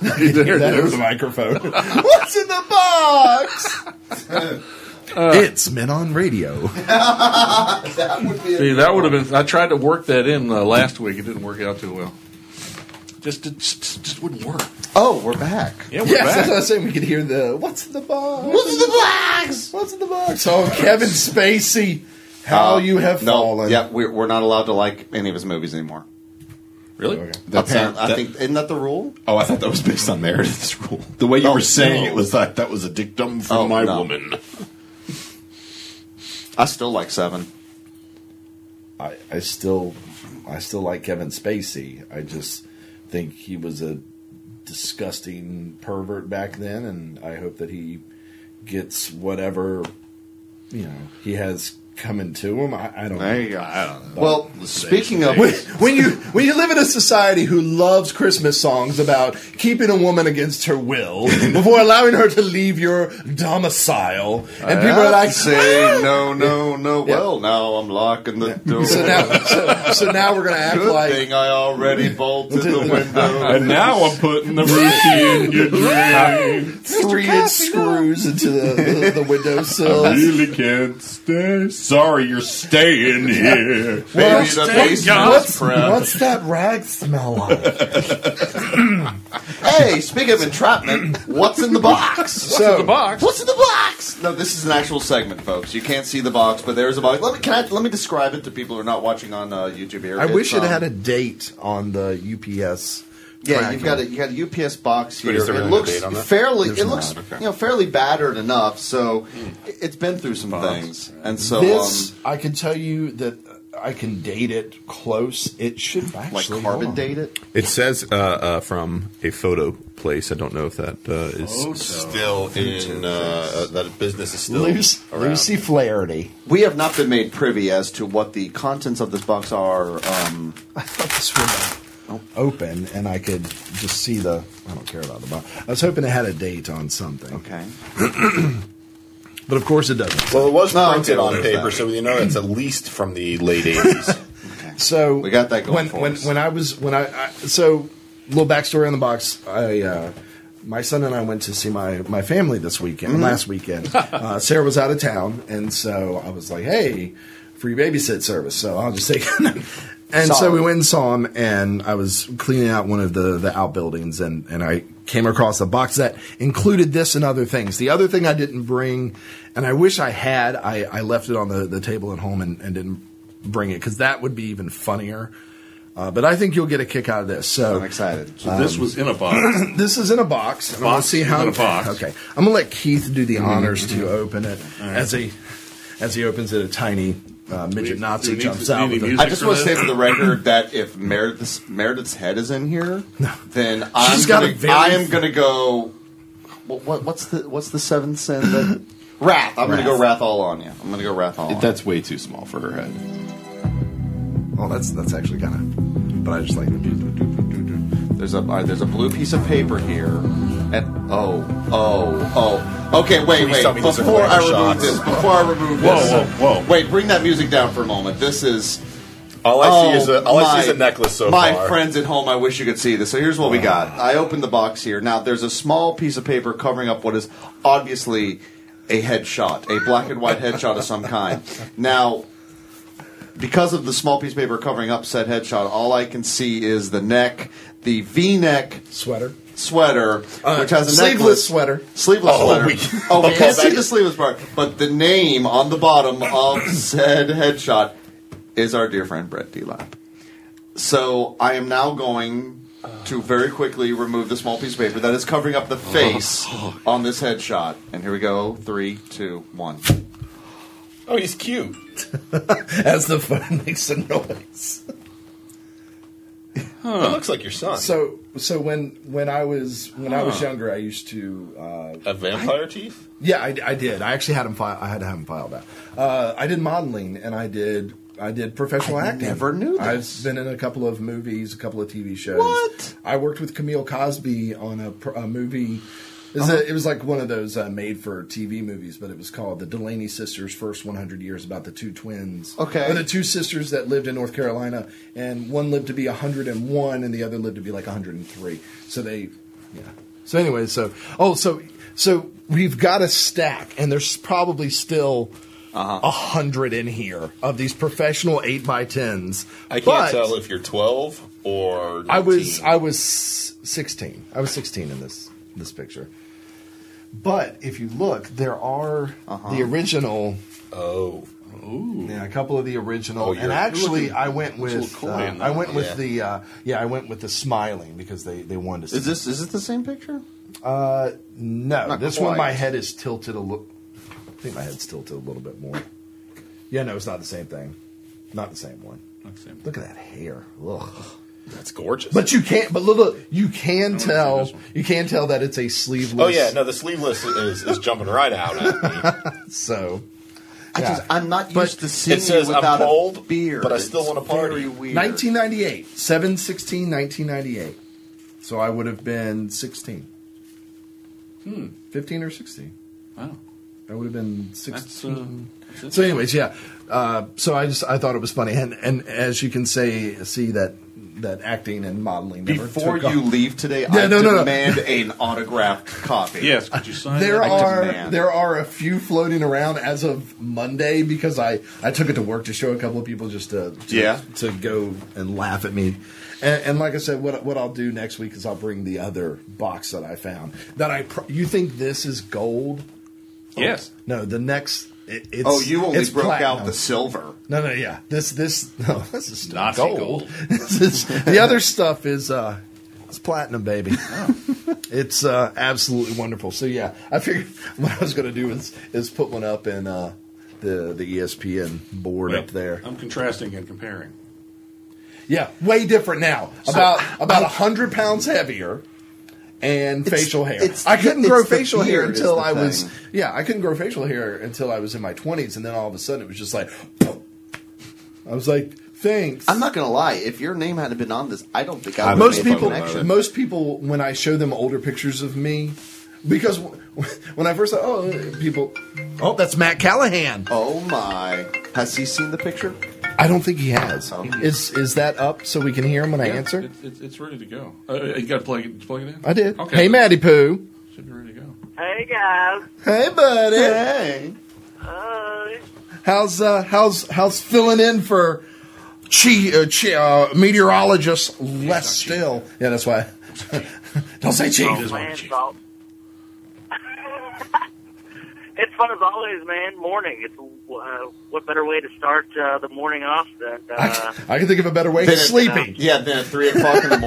Speaker 4: There's a microphone. What's in the box?
Speaker 2: Uh,
Speaker 6: it's Men on Radio.
Speaker 4: That would be
Speaker 2: See, that would have been. I tried to work that in uh, last week. It didn't work out too well. Just, it just, just wouldn't work.
Speaker 3: Oh, we're back.
Speaker 2: Yeah, we're
Speaker 4: Yes,
Speaker 2: back.
Speaker 4: that's what I was saying. We could hear the "What's in the box? What's in the box? What's in the box?" Oh, Kevin Spacey, how
Speaker 3: Uh,
Speaker 4: Oh, you have
Speaker 3: no,
Speaker 4: fallen.
Speaker 3: Yeah, we're, we're not allowed to like any of his movies anymore.
Speaker 2: Really?
Speaker 5: That's
Speaker 3: Apparently,
Speaker 5: that-
Speaker 3: I think isn't that the rule?
Speaker 5: Oh, I thought that was based on Meredith's rule. The way you
Speaker 3: Oh,
Speaker 5: were saying
Speaker 3: no.
Speaker 5: it was like that was a dictum from
Speaker 3: Oh,
Speaker 5: my
Speaker 3: no.
Speaker 5: woman.
Speaker 3: I still like seven.
Speaker 4: I, I still, I still like Kevin Spacey. I just think he was a disgusting pervert back then, and I hope that he gets whatever you know he has coming to him. I, I don't. know.
Speaker 3: you go. Well, speaking of,
Speaker 4: when, when you when you live in a society who loves Christmas songs about keeping a woman against her will before allowing her to leave your domicile, and people are like, "Ah!"
Speaker 3: say no, no, no. Well, now I'm locking the door.
Speaker 4: so now so, so now we're gonna act
Speaker 3: Good
Speaker 4: like
Speaker 3: thing I already bolted the window.
Speaker 5: And now I'm putting the rookie in your dream.
Speaker 4: three inch screws into the the, the windowsill.
Speaker 5: really can't stay. Sorry, you're staying here.
Speaker 3: Maybe the basement's
Speaker 4: What's,
Speaker 3: proud.
Speaker 4: what's that rag smell like?
Speaker 3: Hey, speaking of entrapment, what's in the box?
Speaker 4: so,
Speaker 2: Box.
Speaker 3: What's in the box? No, this is an actual segment, folks. You can't see the box, but there is a box. Let me can I, let me describe it to people who are not watching on uh, YouTube here.
Speaker 6: I wish
Speaker 3: It's,
Speaker 6: it
Speaker 3: um,
Speaker 6: had a date on the UPS.
Speaker 3: Yeah,
Speaker 6: tracker.
Speaker 3: you've got a you got a UPS box here.
Speaker 5: is there
Speaker 3: it
Speaker 5: really a
Speaker 3: looks
Speaker 5: date on that?
Speaker 3: fairly
Speaker 6: There's
Speaker 3: it looks
Speaker 6: not,
Speaker 3: you know fairly battered enough, so it- it's been through some things, and so
Speaker 4: this
Speaker 3: um,
Speaker 4: I can tell you that I can date it close. It should
Speaker 3: like
Speaker 4: actually hold
Speaker 3: carbon
Speaker 4: on.
Speaker 3: date it.
Speaker 9: It says uh, uh, from a photo place. I don't know if that uh, is.
Speaker 5: Still in uh, uh, that business is still
Speaker 4: Lucy,
Speaker 5: around.
Speaker 4: Lucy Flaherty.
Speaker 3: We have not been made privy as to what the contents of this box are. Um,
Speaker 4: I thought this
Speaker 3: uh, oh.
Speaker 4: would open and I could just see the. I don't care about the box. I was hoping it had a date on something.
Speaker 3: okay,
Speaker 4: But of course it doesn't.
Speaker 5: Well, it was
Speaker 3: No,
Speaker 5: printed
Speaker 3: okay,
Speaker 5: on
Speaker 3: there's
Speaker 5: paper,
Speaker 3: that.
Speaker 5: so you know it's at least from the late '80s.
Speaker 4: So
Speaker 3: We got that going
Speaker 4: when
Speaker 3: for
Speaker 4: when
Speaker 3: us.
Speaker 4: when I was when I, I so little backstory on the box. I uh, my son and I went to see my my family this weekend last weekend. uh, Sarah was out of town, and so I was like, hey, free babysit service. So I'll just take. And
Speaker 3: Solid.
Speaker 4: so we went and saw him, and I was cleaning out one of the, the outbuildings, and, and I came across a box that included this and other things. The other thing I didn't bring, and I wish I had, I, I left it on the, the table at home and, and didn't bring it because that would be even funnier. Uh, but I think you'll get a kick out of this. So
Speaker 3: I'm excited.
Speaker 2: this was in a box.
Speaker 4: this is in a box. And I'm gonna
Speaker 2: Box
Speaker 4: see how
Speaker 2: in a box. Mm-hmm.
Speaker 4: Okay, I'm gonna let Keith do the honors to open it as he as he opens it. A tiny uh, midget
Speaker 2: we
Speaker 4: Nazi
Speaker 2: need
Speaker 4: jumps
Speaker 2: to-
Speaker 4: out
Speaker 2: we
Speaker 4: with
Speaker 2: need
Speaker 4: a
Speaker 3: I
Speaker 2: music
Speaker 3: just
Speaker 2: for
Speaker 3: want to say
Speaker 2: this?
Speaker 3: for the record that if Meredith's, Meredith's head is in here, then I'm
Speaker 4: got a
Speaker 3: gonna,
Speaker 4: very-
Speaker 3: I am going to go. What, what, what's the what's the seventh sin? That, wrath. I'm going to go wrath all on you. I'm going to go wrath all. On. you.
Speaker 5: That's way too small for her head.
Speaker 4: Oh, that's that's actually kind of. But I just like the beat.
Speaker 3: There's a all right, there's a blue piece of paper here, and oh oh oh. Okay, wait
Speaker 5: Please
Speaker 3: wait.
Speaker 5: tell me these are
Speaker 3: Before I
Speaker 5: glamour
Speaker 3: remove
Speaker 5: shots.
Speaker 3: this, before I remove
Speaker 5: Whoa,
Speaker 3: this,
Speaker 5: whoa, whoa.
Speaker 3: Wait, bring that music down for a moment. This is.
Speaker 5: All I see is
Speaker 3: Oh,
Speaker 5: a, all I see
Speaker 3: my-
Speaker 5: is a necklace so
Speaker 3: my
Speaker 5: far.
Speaker 3: friends at home, I wish you could see this. So here's what we got. I opened the box here. Now there's a small piece of paper covering up what is obviously a headshot, a black and white headshot of some kind. Now, because of the small piece of paper covering up said headshot, all I can see is the neck, the V-neck
Speaker 4: Sweater.
Speaker 3: sweater,
Speaker 4: Uh,
Speaker 3: which has a
Speaker 4: sleeveless
Speaker 3: necklace.
Speaker 4: sweater.
Speaker 3: Sleeveless
Speaker 5: Oh,
Speaker 3: sweater.
Speaker 5: we-
Speaker 3: oh, we
Speaker 5: okay,
Speaker 3: can't see
Speaker 5: that-
Speaker 3: the sleeveless part, but the name on the bottom of said headshot is our dear friend Brett D. Lap. So I am now going to very quickly remove the small piece of paper that is covering up the face
Speaker 5: Oh,
Speaker 3: on this headshot. And here we go. Three, two, one.
Speaker 5: Oh, he's cute.
Speaker 6: As the phone makes a noise.
Speaker 5: It looks like your son.
Speaker 4: So so when when I was when I
Speaker 2: Ah.
Speaker 4: was younger, I used to. Uh,
Speaker 5: a vampire teeth.
Speaker 4: yeah, I, I did. I actually had him file. I had to have him filed out. Uh, I did modeling and I did. I did professional
Speaker 3: I
Speaker 4: acting.
Speaker 3: never knew this.
Speaker 4: I've been in a couple of movies, a couple of TV shows.
Speaker 3: What?
Speaker 4: I worked with Camille Cosby on a, pr- a movie. It was, a, it was like one of those uh, made for TV movies, but it was called The Delaney Sisters' First 100 Years about the two twins.
Speaker 3: Okay.
Speaker 4: Or the two sisters that lived in North Carolina, and one lived to be 101 and the other lived to be like 103. So they, yeah. So anyway, so oh, so so we've got a stack, and there's probably still a hundred in here of these professional eight x tens.
Speaker 5: I can't
Speaker 4: But
Speaker 5: tell if you're 12 or. 19.
Speaker 4: I was I was sixteen. I was sixteen in this this picture. But if you look, there are
Speaker 5: Uh-huh.
Speaker 4: the original.
Speaker 5: Oh.
Speaker 4: Yeah, a couple of the original,
Speaker 5: Oh, you're-
Speaker 4: and actually, I went
Speaker 2: looks a
Speaker 4: with
Speaker 2: little coy
Speaker 4: uh,
Speaker 2: in that
Speaker 4: I went
Speaker 5: yeah.
Speaker 4: with the uh, yeah I went with the smiling because they they wanted to. See
Speaker 3: Is this is it the same picture?
Speaker 4: Uh, no,
Speaker 3: Not
Speaker 4: this
Speaker 3: quite.
Speaker 4: one my head is tilted a little. I think my head's tilted a little bit more. Yeah, no, it's not the same thing. Not the same one. Look at that hair. Ugh.
Speaker 5: That's gorgeous.
Speaker 4: But you can't. But look, look, you can
Speaker 2: see
Speaker 4: tell.
Speaker 2: this one.
Speaker 4: You can tell that it's a sleeveless.
Speaker 5: oh, yeah. No, the sleeveless is, is jumping right out at me.
Speaker 4: So
Speaker 3: I
Speaker 4: Yeah.
Speaker 3: just I'm not
Speaker 4: But
Speaker 3: used to seeing
Speaker 5: It says
Speaker 3: you without
Speaker 5: I'm
Speaker 3: a
Speaker 5: old,
Speaker 3: beard,
Speaker 5: but I still
Speaker 3: It's
Speaker 5: want to party.
Speaker 3: Very weird.
Speaker 4: 1998, 716, 1998. So I would have been 16. Hmm. 15 or 16.
Speaker 2: Wow.
Speaker 4: I would have been
Speaker 2: That's,
Speaker 4: 16.
Speaker 2: uh, that's it.
Speaker 4: So, anyways, yeah. Uh, so I just I thought it was funny, and and as you can say, see that that acting and modeling never
Speaker 3: Before
Speaker 4: took off.
Speaker 3: you leave today, I
Speaker 4: no, no, no.
Speaker 3: demand an autographed copy.
Speaker 2: Yes, could you sign
Speaker 4: There
Speaker 2: that?
Speaker 3: I
Speaker 4: are
Speaker 3: demand.
Speaker 4: there are a few floating around as of Monday because I, I took it to work to show a couple of people just to, to
Speaker 3: Yeah.
Speaker 4: to go and laugh at me. And, and like I said, what what I'll do next week is I'll bring the other box that I found that I pro- you think this is gold?
Speaker 2: Yes.
Speaker 4: No, the next it, it's
Speaker 3: Oh, you only
Speaker 4: it's
Speaker 3: broke out
Speaker 4: platinum.
Speaker 3: the silver.
Speaker 4: No, no, yeah. This, this, no, this is still
Speaker 2: Nazi
Speaker 4: gold.
Speaker 2: gold.
Speaker 4: this is, the other stuff is, uh, it's platinum, baby.
Speaker 3: Oh.
Speaker 4: it's uh, absolutely wonderful. So yeah, I figured what I was going to do is is put one up in uh, the E the ESPN board
Speaker 2: Well,
Speaker 4: up there.
Speaker 3: Um,
Speaker 2: I'm contrasting and comparing.
Speaker 4: Yeah, way different now. about about a hundred pounds heavier. And
Speaker 3: It's-
Speaker 4: facial hair.
Speaker 3: it's
Speaker 4: I
Speaker 3: the-
Speaker 4: couldn't grow
Speaker 3: it's the
Speaker 4: facial hair
Speaker 3: beard is
Speaker 4: until
Speaker 3: the
Speaker 4: I was
Speaker 3: thing.
Speaker 4: yeah, I couldn't grow facial hair until I was in my twenties, and then all of a sudden it was just like, poof. I was like, thanks.
Speaker 3: I'm not gonna lie. If your name hadn't been on this, I don't think I would
Speaker 4: most
Speaker 3: have made
Speaker 4: people
Speaker 3: the connection.
Speaker 4: most people when I show them older pictures of me, because w- when I first saw oh people, oh that's Matt Callahan.
Speaker 3: oh my! Has he seen the picture?
Speaker 4: I don't think he has.
Speaker 3: Oh.
Speaker 4: Is is that up so we can hear him when I answer?
Speaker 2: It's, it's, it's ready to go. Uh, you got to plug it, plug it in?
Speaker 4: I did.
Speaker 2: Okay.
Speaker 4: Hey, Matty Pooh.
Speaker 2: Should be ready to go.
Speaker 10: Hey guys. Uh,
Speaker 4: Hey, buddy.
Speaker 3: Hey,
Speaker 10: Hi.
Speaker 4: How's uh, how's how's filling in for chi, uh, chi, uh, meteorologist Les Still? Yeah, that's why. don't say chi.
Speaker 3: Oh.
Speaker 2: Just wanna
Speaker 10: Man,
Speaker 2: cheat.
Speaker 10: it's all- it's fun as always, man. Morning. It's uh, what better way to start uh, the morning off than
Speaker 4: I
Speaker 10: uh,
Speaker 4: can, I can think of a better way.
Speaker 3: Then it-
Speaker 4: Sleeping,
Speaker 3: Yeah, then at three o'clock in the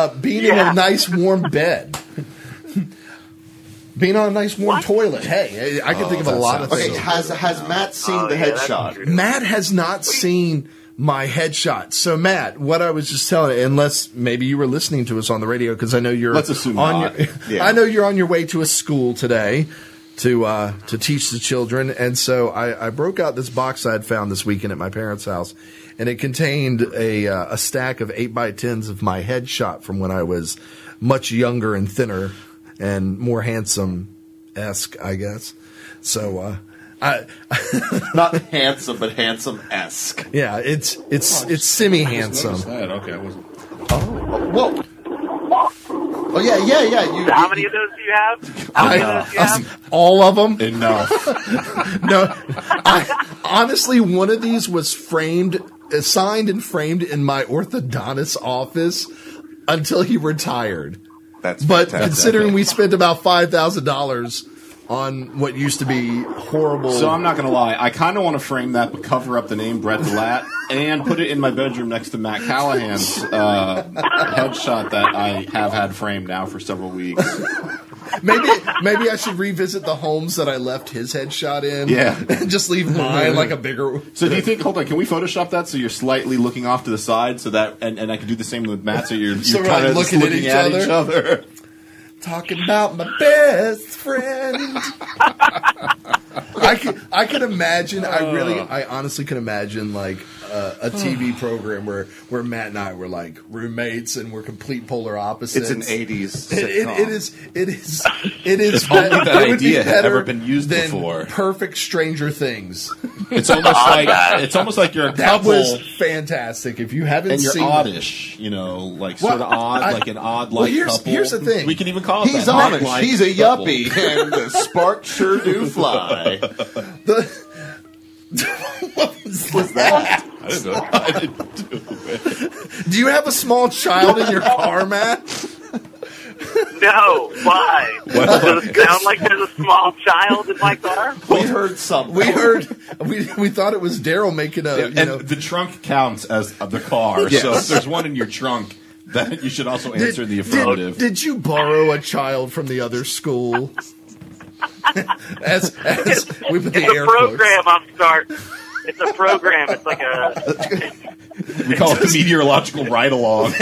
Speaker 3: morning.
Speaker 4: being in
Speaker 10: Yeah.
Speaker 4: a nice warm bed, being on a nice warm
Speaker 10: What?
Speaker 4: toilet. Hey, I I can think of a lot of
Speaker 3: Okay,
Speaker 4: things.
Speaker 3: has has Matt seen
Speaker 10: Oh,
Speaker 3: the
Speaker 10: yeah, that's
Speaker 3: headshot?
Speaker 10: true.
Speaker 4: Matt has not seen my headshot. So Matt, what I was just telling, unless maybe you were listening to us on the radio, because I know you're
Speaker 5: Let's assume
Speaker 4: on
Speaker 5: not.
Speaker 4: Your,
Speaker 3: Yeah.
Speaker 4: I know you're on your way to a school today to uh, to teach the children, and so I, I broke out this box I'd found this weekend at my parents' house, and it contained a uh, a stack of eight by tens of my headshot from when I was much younger and thinner and more handsome esque, I guess. So uh, I.
Speaker 3: Not handsome, but handsome esque.
Speaker 4: Yeah, it's it's it's semi
Speaker 2: Notice
Speaker 4: handsome.
Speaker 2: that. Okay, I wasn't.
Speaker 3: Whoa! Oh yeah, yeah, yeah. You,
Speaker 10: how many of those do you have? How many of those do you have?
Speaker 4: All of them?
Speaker 5: Enough.
Speaker 4: No, I, honestly, one of these was framed, uh, signed, and framed in my orthodontist office until he retired.
Speaker 3: That's
Speaker 4: But
Speaker 3: fantastic.
Speaker 4: considering we spent about five thousand dollars on what used to be horrible,
Speaker 5: So I'm not going to lie. I kind of want to frame that, but cover up the name Brett Delat and put it in my bedroom next to Matt Callahan's uh, headshot that I have had framed now for several weeks.
Speaker 4: maybe maybe I should revisit the homes that I left his headshot in.
Speaker 5: Yeah.
Speaker 4: and just leave mine like a bigger.
Speaker 5: So do you think? Hold on. Can we Photoshop that so you're slightly looking off to the side so that, and, and I can do the same with Matt. So you're, you're
Speaker 4: So we're,
Speaker 5: kind
Speaker 4: like,
Speaker 5: of looking, at, each, other?
Speaker 4: talking about my best friend. I could, I could imagine. I really, I honestly could imagine like a, a TV program where where Matt and I were like roommates and we're complete polar
Speaker 3: it's
Speaker 4: opposites.
Speaker 3: an '80s
Speaker 4: It, it,
Speaker 3: sitcom.
Speaker 4: it is. It is. It is.
Speaker 5: If only
Speaker 4: bet-
Speaker 5: that
Speaker 4: it would be
Speaker 5: idea had
Speaker 4: better
Speaker 5: ever been used
Speaker 4: than
Speaker 5: before.
Speaker 4: Perfect Stranger Things.
Speaker 5: It's almost like it's almost like you're a
Speaker 4: That
Speaker 5: couple
Speaker 4: was fantastic. If you haven't
Speaker 5: and you're
Speaker 4: seen
Speaker 5: oddish, you know, like
Speaker 4: Well,
Speaker 5: sort of odd,
Speaker 4: I-
Speaker 5: like an odd
Speaker 4: well,
Speaker 5: like
Speaker 4: here's-
Speaker 5: couple.
Speaker 4: here's the thing.
Speaker 5: we can even call it
Speaker 3: He's
Speaker 5: that.
Speaker 3: honest.
Speaker 5: Odd-like
Speaker 3: He's a
Speaker 5: couple.
Speaker 3: yuppie, and the sparks sure do fly.
Speaker 4: the what was that?
Speaker 2: I didn't know.
Speaker 4: Do you have a small child in your car, Matt?
Speaker 10: No, why? Does it sound like there's a small child in my car?
Speaker 3: We heard something.
Speaker 4: We heard we we thought it was Daryl making a you
Speaker 5: and
Speaker 4: know.
Speaker 5: the trunk counts as of the car. So if there's one in your trunk, that you should also answer the affirmative.
Speaker 4: Did, did you borrow a child from the other school? as as we put the
Speaker 10: It's
Speaker 4: air
Speaker 10: a
Speaker 4: quotes.
Speaker 10: program I'm starting. It's a program. It's like a.
Speaker 5: we call it the meteorological ride along.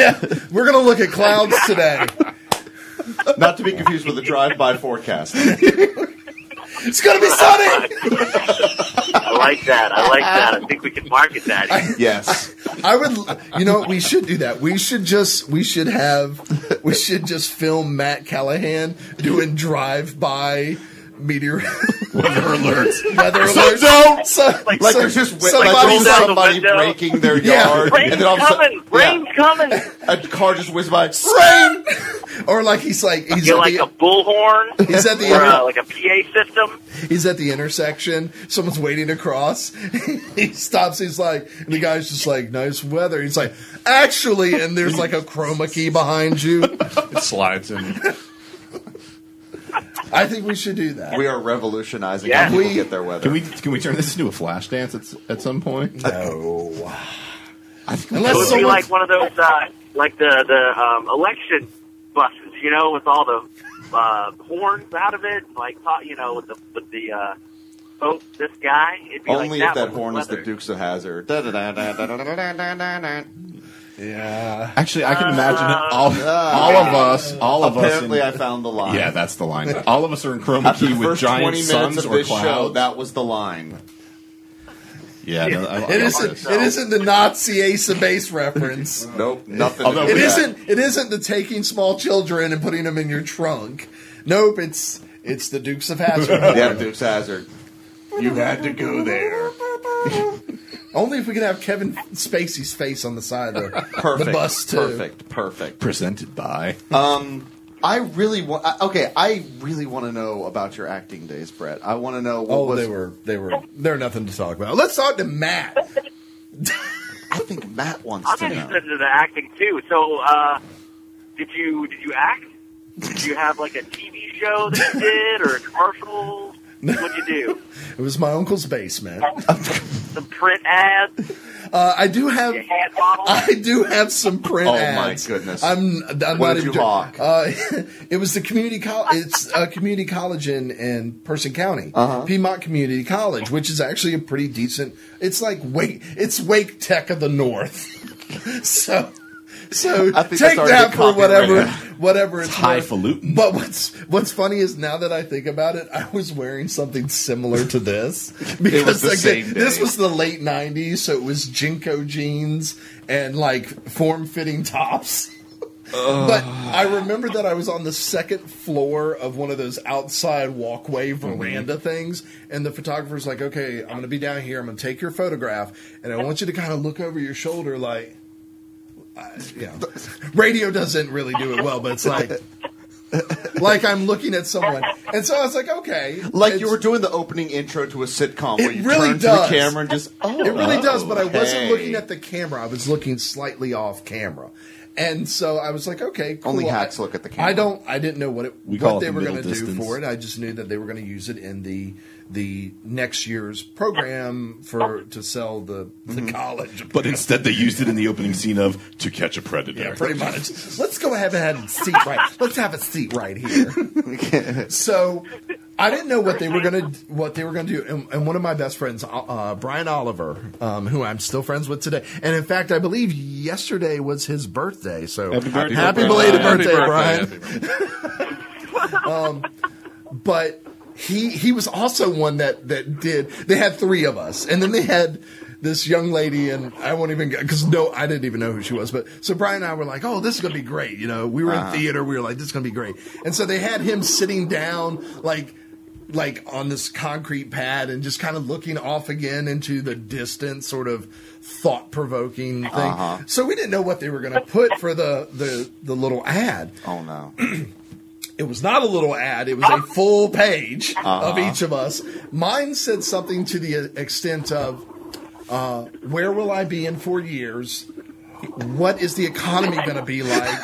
Speaker 4: We're gonna look at clouds today.
Speaker 3: Not to be confused with the drive-by forecast.
Speaker 4: It's gonna be sunny.
Speaker 10: I like that. I like that. I think we can market that.
Speaker 3: Yes.
Speaker 4: I would, you know, we should do that. We should just, we should have, we should just film Matt Callahan doing drive-by meteor
Speaker 5: Weather alerts.
Speaker 4: weather alerts. So,
Speaker 10: Like-
Speaker 3: Like
Speaker 4: so-
Speaker 3: there's just wi-
Speaker 4: somebody-
Speaker 3: like
Speaker 10: roll
Speaker 3: there's
Speaker 10: down the
Speaker 3: somebody
Speaker 10: window.
Speaker 3: breaking their
Speaker 4: Yeah.
Speaker 3: yard,
Speaker 10: Rain's
Speaker 3: and then all of a
Speaker 10: coming.
Speaker 3: sudden,
Speaker 10: Rain's coming.
Speaker 3: a car just whizzed by.
Speaker 4: rain, or like he's like he's
Speaker 10: You're
Speaker 4: at,
Speaker 10: like
Speaker 4: the,
Speaker 10: a bullhorn.
Speaker 4: he's at the
Speaker 10: Or uh,
Speaker 4: inter-
Speaker 10: like a PA system.
Speaker 4: he's at the intersection. Someone's waiting to cross. he stops. He's like, and the guy's just like, nice weather. He's like, actually, and there's like a chroma key behind you.
Speaker 2: It slides in.
Speaker 4: I think we should do that.
Speaker 3: We are revolutionizing
Speaker 10: Yeah.
Speaker 3: how people
Speaker 4: We-
Speaker 3: get their weather.
Speaker 5: Can we can we turn this into a flash dance at, s- at some point?
Speaker 4: no.
Speaker 10: It
Speaker 4: Unless
Speaker 10: would be
Speaker 4: someone
Speaker 10: like one of those, uh, like the the um, election buses, you know, with all the uh, horns out of it, like po- you know, with the with the uh, oh, this guy. It'd be
Speaker 3: Only
Speaker 10: like
Speaker 3: if that
Speaker 10: one with
Speaker 3: horn is the
Speaker 10: weather.
Speaker 3: Dukes of Hazard.
Speaker 4: Yeah.
Speaker 5: Actually, I can imagine it. All, all of us, all of
Speaker 3: Apparently, I
Speaker 5: us. in-
Speaker 3: found the line.
Speaker 5: yeah, that's the line. All of us are in chroma
Speaker 3: After
Speaker 5: key
Speaker 3: the
Speaker 5: with
Speaker 3: first
Speaker 5: giant
Speaker 3: 20 minutes
Speaker 5: suns
Speaker 3: of
Speaker 5: or
Speaker 3: this show,
Speaker 5: clouds.
Speaker 3: that was the line.
Speaker 5: yeah, no, I, I
Speaker 4: It
Speaker 5: love
Speaker 4: isn't.
Speaker 5: this.
Speaker 4: It isn't the Nazi Ace of Base reference.
Speaker 3: Nope, nothing.
Speaker 5: Although
Speaker 3: to do
Speaker 4: It
Speaker 5: Yeah.
Speaker 3: with that.
Speaker 4: isn't. It isn't the taking small children and putting them in your trunk. Nope. It's it's the Dukes of Hazzard.
Speaker 3: Yeah, Dukes of Hazard. You had to go there.
Speaker 4: Only if we could have Kevin Spacey's face on the side of the,
Speaker 3: Perfect.
Speaker 4: the bus too.
Speaker 3: Perfect. Perfect.
Speaker 5: presented by.
Speaker 3: I really want. I- Okay, I really want to know about your acting days, Brett. I want to know what
Speaker 4: Oh,
Speaker 3: was.
Speaker 4: they were. They were. They're nothing to talk about. Let's talk to Matt.
Speaker 3: I think Matt wants
Speaker 10: I'm
Speaker 3: to know.
Speaker 10: interested in the acting too. So, uh, did you did you act? Did you have like a TV show that you did or a commercial? What'd you do?
Speaker 4: It was my uncle's basement.
Speaker 10: Some print ads?
Speaker 4: Uh, I do have.
Speaker 10: Your hand model?
Speaker 4: I do have some print.
Speaker 3: Oh, my
Speaker 4: ads.
Speaker 3: goodness.
Speaker 4: I'm.
Speaker 3: Where'd
Speaker 4: I'm not even
Speaker 3: you hawk?
Speaker 4: Uh, it was the community college. It's a community college in in Person County,
Speaker 3: Uh-huh.
Speaker 4: Piedmont Community College, which is actually a pretty decent. It's like Wake. It's Wake Tech of the North. so. So
Speaker 3: I think
Speaker 4: take
Speaker 3: that's already
Speaker 4: that for
Speaker 3: copyrighted.
Speaker 4: whatever, whatever it's, worth.
Speaker 5: highfalutin.
Speaker 4: But what's what's funny is now that I think about it, I was wearing something similar to this because
Speaker 3: the
Speaker 4: like,
Speaker 3: same
Speaker 4: this
Speaker 3: day.
Speaker 4: was the late '90s, so it was jinko jeans and like form-fitting tops. But I remember that I was on the second floor of one of those outside walkway
Speaker 3: Mm-hmm.
Speaker 4: veranda things, and the photographer's like, "Okay, I'm going to be down here. I'm going to take your photograph, and I want you to kind of look over your shoulder, like." I- you know, radio doesn't really do it well, but it's like, like I'm looking at someone, and so I was like, okay,
Speaker 3: Like
Speaker 4: It's-
Speaker 3: you were doing the opening intro to a sitcom where
Speaker 4: It
Speaker 3: you
Speaker 4: really
Speaker 3: turn
Speaker 4: does.
Speaker 3: to the camera and just oh
Speaker 4: It really does, but I wasn't
Speaker 3: okay.
Speaker 4: looking at the camera. I was looking slightly off camera. And so I was like, okay, cool.
Speaker 3: Only hacks
Speaker 4: I-
Speaker 3: look at the camera.
Speaker 4: I don't I didn't know what it
Speaker 5: We
Speaker 4: what
Speaker 5: call it
Speaker 4: they
Speaker 5: the
Speaker 4: were
Speaker 5: middle
Speaker 4: going to do
Speaker 5: distance.
Speaker 4: for it. I just knew that they were going to use it in the the next year's program for to sell the the
Speaker 3: Mm-hmm.
Speaker 4: college.
Speaker 5: But instead, they used it in the opening scene of "To Catch a Predator."
Speaker 4: Yeah, pretty much. Let's go ahead and have a seat right. Let's have a seat right here. so, I didn't know what they were gonna what they were gonna do, and, and one of my best friends, uh, Brian Oliver, um, who I'm still friends with today, and in fact, I believe yesterday was his birthday. So
Speaker 5: Happy birthday,
Speaker 4: happy
Speaker 5: Brian.
Speaker 4: belated
Speaker 2: Happy
Speaker 4: birthday,
Speaker 2: birthday,
Speaker 4: Brian
Speaker 2: happy birthday.
Speaker 4: but he he was also one that that did they had three of us and then they had this young lady and I won't even because no I didn't even know who she was but so Brian and I were like oh this is gonna be great you know we were in theater we were like this is gonna be great and so they had him sitting down like like on this concrete pad and just kind of looking off again into the distant sort of thought provoking thing.
Speaker 3: Uh-huh.
Speaker 4: So we didn't know what they were going to put for the, the the little ad.
Speaker 3: Oh no.
Speaker 4: It was not a little ad. It was a full page of
Speaker 3: Uh-huh.
Speaker 4: each of us. Mine said something to the extent of, uh, "Where will I be in four years? What is the economy going to be like?"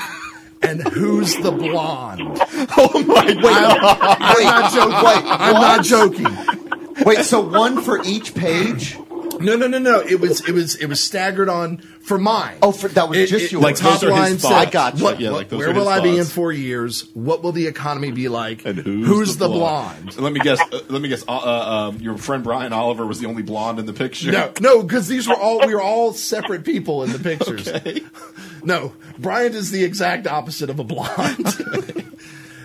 Speaker 4: And who's the blonde?
Speaker 3: Oh my god!
Speaker 4: I'm not joking. I'm not joking.
Speaker 3: Wait, so one for each page?
Speaker 4: No, no, no, no. It was it was it was staggered on for mine.
Speaker 3: Oh, for, that was
Speaker 4: It-
Speaker 3: just
Speaker 4: it-
Speaker 3: yours.
Speaker 4: Like top
Speaker 5: are his
Speaker 4: line said,
Speaker 5: thoughts.
Speaker 3: I got you.
Speaker 4: What,
Speaker 5: Yeah,
Speaker 4: what-
Speaker 5: like those
Speaker 4: where
Speaker 5: are his
Speaker 4: will I be in
Speaker 5: thoughts.
Speaker 4: four years? What will the economy be like?
Speaker 5: And who's,
Speaker 4: the, blonde?
Speaker 5: Let me guess. Uh, let me guess. Uh, uh, um, your friend Brian Oliver was the only blonde in the picture.
Speaker 4: No, no, because these were all we were all separate people in the pictures. No, Bryant is the exact opposite of a blonde.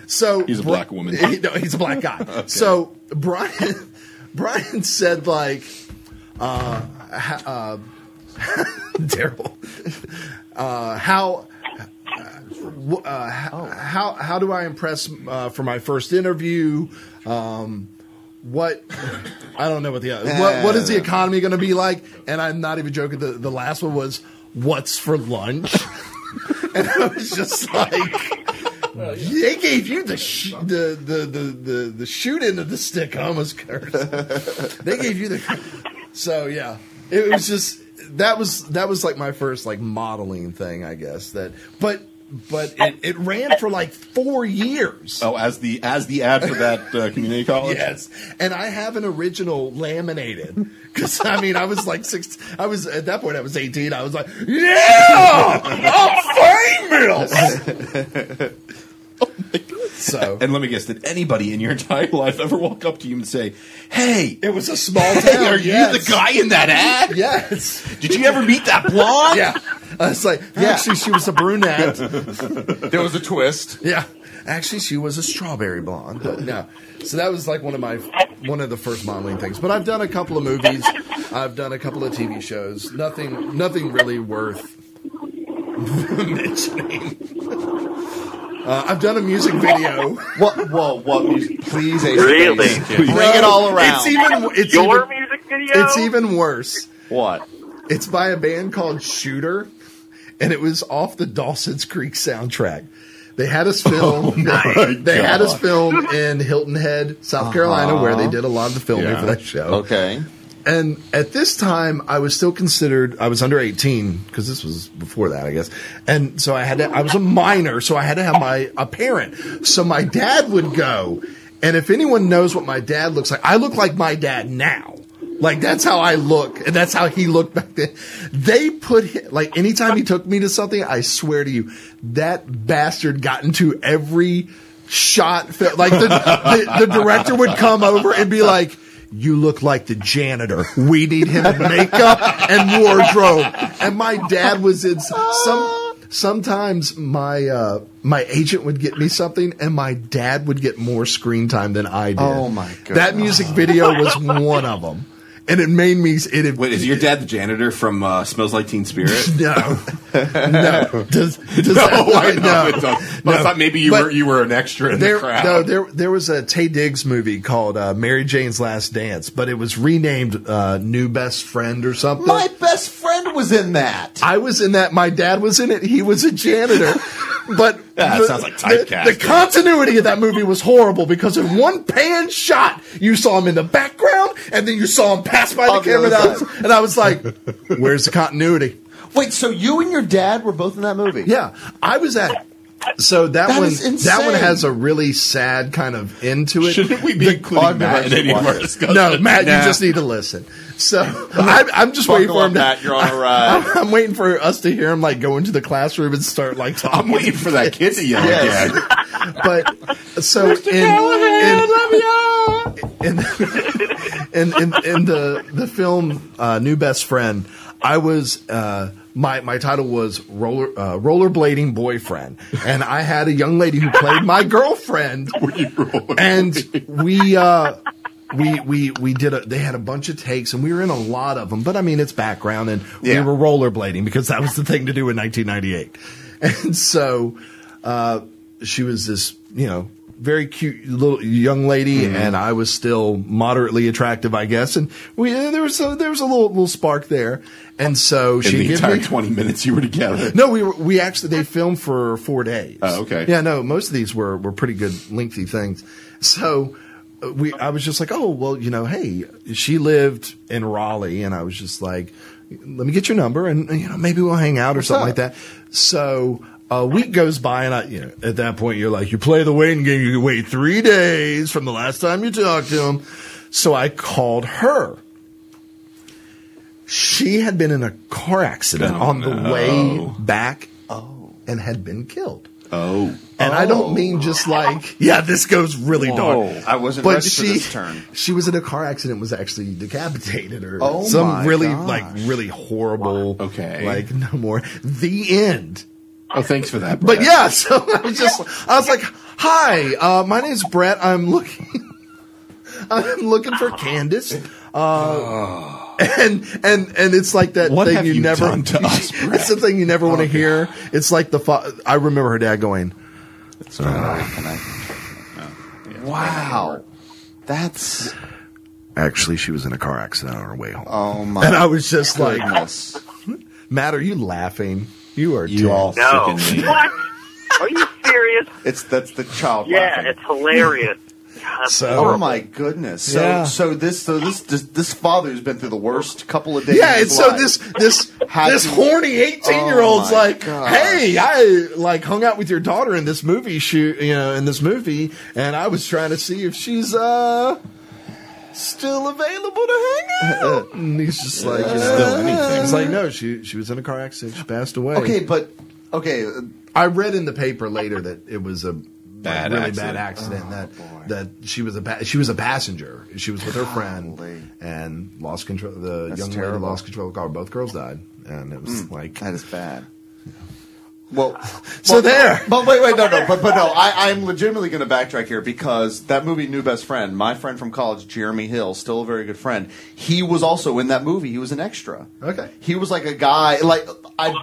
Speaker 4: so
Speaker 5: He's a
Speaker 4: Bri-
Speaker 5: black woman.
Speaker 4: He- no, he's a black guy. So Brian, Brian said like, uh, ha- uh, Daryl, uh, how. wh- Uh, h- How how do I impress uh, for my first interview? Um, what I don't know what the other what, what is the economy going to be like? And I'm not even joking. The the last one was what's for lunch, and I was just like, they gave you the sh- the, the the the the shoot end of the stick. I almost cursed. they gave you the so yeah. It was just that was that was like my first like modeling thing, I guess. That but but it, it ran for like four years.
Speaker 5: Oh, as the as the ad for that uh, community college.
Speaker 4: Yes, and I have an original laminated because I mean I was like six. I was at that point I was eighteen. I was like, yeah, I'm famous.
Speaker 5: Oh,
Speaker 4: So
Speaker 5: And let me guess, did anybody in your entire life ever walk up to you and say, "Hey,
Speaker 4: it was a small town.
Speaker 5: hey are
Speaker 4: yes.
Speaker 5: you the guy in that ad?
Speaker 4: Yes.
Speaker 5: Did you ever meet that blonde?"
Speaker 4: Yeah. I was like, actually, she was a brunette.
Speaker 2: There was a twist.
Speaker 4: yeah. Actually, she was a strawberry blonde. But no. So that was like one of my one of the first modeling things. But I've done a couple of movies. I've done a couple of TV shows. Nothing. Nothing really worth mentioning. Uh, I've done a music video.
Speaker 3: What? Whoa! What? Music? Please, Ace
Speaker 10: Really?
Speaker 3: Base. Bring it all around.
Speaker 4: It's even. It's
Speaker 10: Your
Speaker 4: even,
Speaker 10: music video?
Speaker 4: It's even worse.
Speaker 3: what?
Speaker 4: It's by a band called Shooter, and it was off the Dawson's Creek soundtrack. They had
Speaker 3: Oh
Speaker 4: us film. they had us film in Hilton Head, South Carolina, where they did a lot of the filming
Speaker 5: Yeah.
Speaker 4: for that show.
Speaker 3: Uh-huh. Okay.
Speaker 4: And at this time, I was still considered. I was under eighteen because this was before that, I guess. And so I had to. I was a minor, so I had to have my a parent. So my dad would go. And if anyone knows what my dad looks like, I look like my dad now. Like that's how I look, and that's how he looked back then. They put hi- like anytime he took me to something, I swear to you, that bastard got into every shot. fi- Like the, the, the director would come over and be like, you look like the janitor. We need him in makeup and wardrobe. And my dad was in s- some. Sometimes my uh, my agent would get me something, and my dad would get more screen time than I did.
Speaker 3: Oh, my God.
Speaker 4: That music video was one of them, and it made me. It, it
Speaker 5: Wait, is your dad the janitor from uh, Smells Like Teen Spirit?
Speaker 4: no no does, does that,
Speaker 5: I
Speaker 4: no,
Speaker 5: know it does. But I
Speaker 4: No.
Speaker 5: thought maybe you
Speaker 4: But
Speaker 5: were you were an extra in
Speaker 4: there,
Speaker 5: the crowd.
Speaker 4: No, there there was a Tay Diggs movie called uh, Mary Jane's Last Dance, but it was renamed uh, New Best Friend or something.
Speaker 3: My best friend was in that.
Speaker 4: I was in that. My dad was in it. He was a janitor. But
Speaker 5: Yeah, that sounds like typecasting.
Speaker 4: The, the continuity of that movie was horrible because in one pan shot, you saw him in the background, and then you saw him pass by the
Speaker 3: On the
Speaker 4: camera, and
Speaker 3: other
Speaker 4: I was- and I was like, "Where's the continuity?"
Speaker 3: Wait, so you and your dad were both in that movie?
Speaker 4: Yeah, I was at. So that,
Speaker 3: That
Speaker 4: one,
Speaker 3: is insane.
Speaker 4: that one has a really sad kind of end to it.
Speaker 5: Shouldn't we be including Matt in any of our discussions?
Speaker 4: No, Matt, you just need to listen. So I'm, I'm just waiting
Speaker 3: Buckle
Speaker 4: for
Speaker 3: up,
Speaker 4: him to.
Speaker 3: Matt. You're on a ride.
Speaker 4: I'm waiting for us to hear him like go into the classroom and start like talking.
Speaker 5: I'm waiting for that kid to yell
Speaker 3: Yes.
Speaker 5: again.
Speaker 4: But so in, in, in, in, in, in the the film uh, New Best Friend, I was uh, my my title was roller uh, rollerblading boyfriend, and I had a young lady who played my girlfriend, and we. Uh, we, we we did a they had a bunch of takes and we were in a lot of them but I mean it's background and
Speaker 3: Yeah.
Speaker 4: we were rollerblading because that was the thing to do in 1998 and so uh, she was this, you know, very cute little young lady,
Speaker 5: Mm-hmm.
Speaker 4: and I was still moderately attractive, I guess. And we there was a, there was a little little spark there, and so
Speaker 5: in
Speaker 4: she
Speaker 5: the
Speaker 4: gave
Speaker 5: entire
Speaker 4: me,
Speaker 5: 20 minutes you were together.
Speaker 4: no, we were, we actually they filmed for four days.
Speaker 5: Oh, okay.
Speaker 4: Yeah, no, most of these were were pretty good lengthy things. So uh, we, I was just like, oh well, you know, hey, she lived in Raleigh, and I was just like, let me get your number, and you know, maybe we'll hang out or something like that. So. A week goes by, and I, you know, at that point, you're like, you play the waiting game. You wait three days from the last time you talked to him. So I called her. She had been in a car accident
Speaker 5: Oh,
Speaker 4: on the
Speaker 5: no.
Speaker 4: way back and had been killed.
Speaker 5: Oh.
Speaker 4: And I don't mean just like, yeah, this goes really dark.
Speaker 3: I wasn't
Speaker 4: But
Speaker 3: ready
Speaker 4: she,
Speaker 3: for this turn.
Speaker 4: she was in a car accident, was actually decapitated or
Speaker 3: Oh
Speaker 4: some
Speaker 3: my
Speaker 4: really
Speaker 3: gosh.
Speaker 4: like really horrible.
Speaker 5: Okay.
Speaker 4: like no more. The end.
Speaker 5: Oh, thanks for that.
Speaker 4: But
Speaker 5: Brett.
Speaker 4: yeah, so I was just, I was like, hi, uh, my name's Brett. I'm looking, I'm looking for Candace. Uh, and, and, and it's like that
Speaker 5: Ah. What
Speaker 4: thing
Speaker 5: have
Speaker 4: you,
Speaker 5: you
Speaker 4: never,
Speaker 5: done to us,
Speaker 4: it's the thing you never want to hear. It's like the, fa- I remember her dad going,
Speaker 3: Wow. That's
Speaker 4: actually, she was in a car accident on her way home.
Speaker 3: oh
Speaker 4: and
Speaker 3: my
Speaker 4: I was just like,
Speaker 3: goodness.
Speaker 4: Matt, are you laughing? You are
Speaker 5: You all
Speaker 10: No.
Speaker 5: sicken me.
Speaker 10: What? Are you serious?
Speaker 3: It's that's the child
Speaker 10: Yeah,
Speaker 3: laughing.
Speaker 10: it's hilarious. God,
Speaker 4: So-
Speaker 3: Oh
Speaker 10: horrible.
Speaker 3: my goodness! So,
Speaker 4: Yeah.
Speaker 3: so this, so this, this, this father's been through the worst couple of days.
Speaker 4: Yeah,
Speaker 3: of
Speaker 4: and
Speaker 3: his
Speaker 4: so
Speaker 3: life.
Speaker 4: this this
Speaker 3: How
Speaker 4: this
Speaker 3: do-
Speaker 4: horny eighteen year old's
Speaker 3: Oh my
Speaker 4: like,
Speaker 3: gosh.
Speaker 4: hey, I like hung out with your daughter in this movie shoot, you know, in this movie, and I was trying to see if she's uh still available to hang out. And he's just like, you know,
Speaker 5: Still anything.
Speaker 4: he's like, no, she she was in a car accident, she passed away.
Speaker 3: Okay, but okay, uh,
Speaker 4: I read in the paper later that it was a
Speaker 5: Bad
Speaker 4: really
Speaker 5: accident.
Speaker 4: bad accident that
Speaker 3: Oh,
Speaker 4: that she was a pa- she was a passenger. She was with her friend
Speaker 3: Golly.
Speaker 4: and lost control. The
Speaker 3: That's
Speaker 4: young lady
Speaker 3: terrible. Hmm.
Speaker 4: lost control of the car. Both girls died, and it was like
Speaker 3: that is bad. Well,
Speaker 4: so. There,
Speaker 3: But wait, wait, no, no, but but no, I, I'm legitimately going to backtrack here because that movie, New Best Friend, my friend from college, Jeremy Hill, still a very good friend. He was also in that movie. He was an extra.
Speaker 4: Okay.
Speaker 3: he was like a guy. Like I,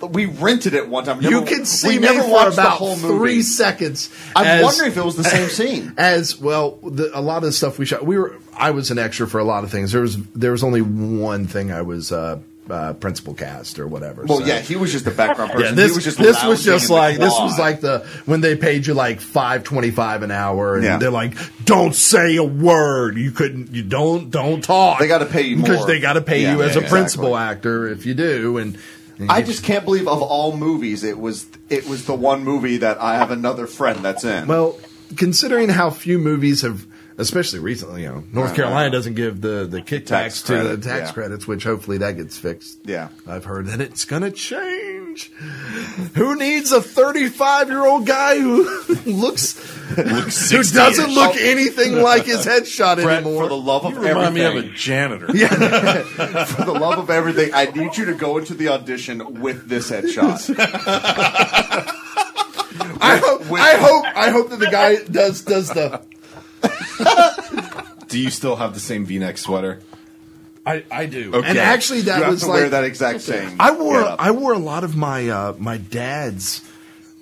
Speaker 3: we rented it one time. Never-
Speaker 4: you can see
Speaker 3: we
Speaker 4: me
Speaker 3: never
Speaker 4: for
Speaker 3: watched the
Speaker 4: about
Speaker 3: whole
Speaker 4: three
Speaker 3: movie.
Speaker 4: seconds.
Speaker 3: I'm
Speaker 4: as-
Speaker 3: wondering if it was the same scene.
Speaker 4: As well, the, a lot of the stuff we shot, we were. I was an extra for a lot of things. There was there was only one thing I was uh, uh, principal cast or whatever.
Speaker 3: Well,
Speaker 4: so.
Speaker 3: yeah, he was just the background person.
Speaker 4: Yeah, this
Speaker 3: he was just
Speaker 4: this was
Speaker 3: lounging
Speaker 4: just
Speaker 3: in the
Speaker 4: like this
Speaker 3: quad.
Speaker 4: was like the when they paid you like five twenty five an hour, and
Speaker 3: Yeah.
Speaker 4: they're like, "Don't say a word. You couldn't. You don't. Don't talk.
Speaker 3: They gotta pay you
Speaker 4: because
Speaker 3: more.
Speaker 4: they got to pay
Speaker 3: Yeah,
Speaker 4: you
Speaker 3: yeah,
Speaker 4: as a
Speaker 3: exactly.
Speaker 4: principal actor if you do." And, and
Speaker 3: I
Speaker 4: you-
Speaker 3: just can't believe of all movies, it was it was the one movie that I have another friend that's in.
Speaker 4: well, considering how few movies have. Especially recently, you know, North
Speaker 3: Right,
Speaker 4: Carolina
Speaker 3: right.
Speaker 4: doesn't give the, the kickbacks
Speaker 3: Uh-huh. Tax
Speaker 4: to the
Speaker 3: credit,
Speaker 4: tax
Speaker 3: yeah.
Speaker 4: credits, which hopefully that gets fixed.
Speaker 3: Yeah.
Speaker 4: I've heard that it's gonna change. Who needs a 35 year old guy who looks, who doesn't look anything like his headshot
Speaker 3: Oh. Brett,
Speaker 4: anymore?
Speaker 3: for the love of
Speaker 2: You remind me of a
Speaker 3: everything,
Speaker 2: janitor.
Speaker 3: for the love of everything, I need you to go into the audition with this headshot.
Speaker 4: I hope, I hope, I hope that the guy does does the.
Speaker 5: Do you still have the same V-neck sweater?
Speaker 11: I, I do.
Speaker 4: And actually, that
Speaker 3: you have
Speaker 4: was
Speaker 3: to
Speaker 4: like
Speaker 3: wear that exact same.
Speaker 4: I wore
Speaker 3: getup.
Speaker 4: I wore a lot of my uh, my dad's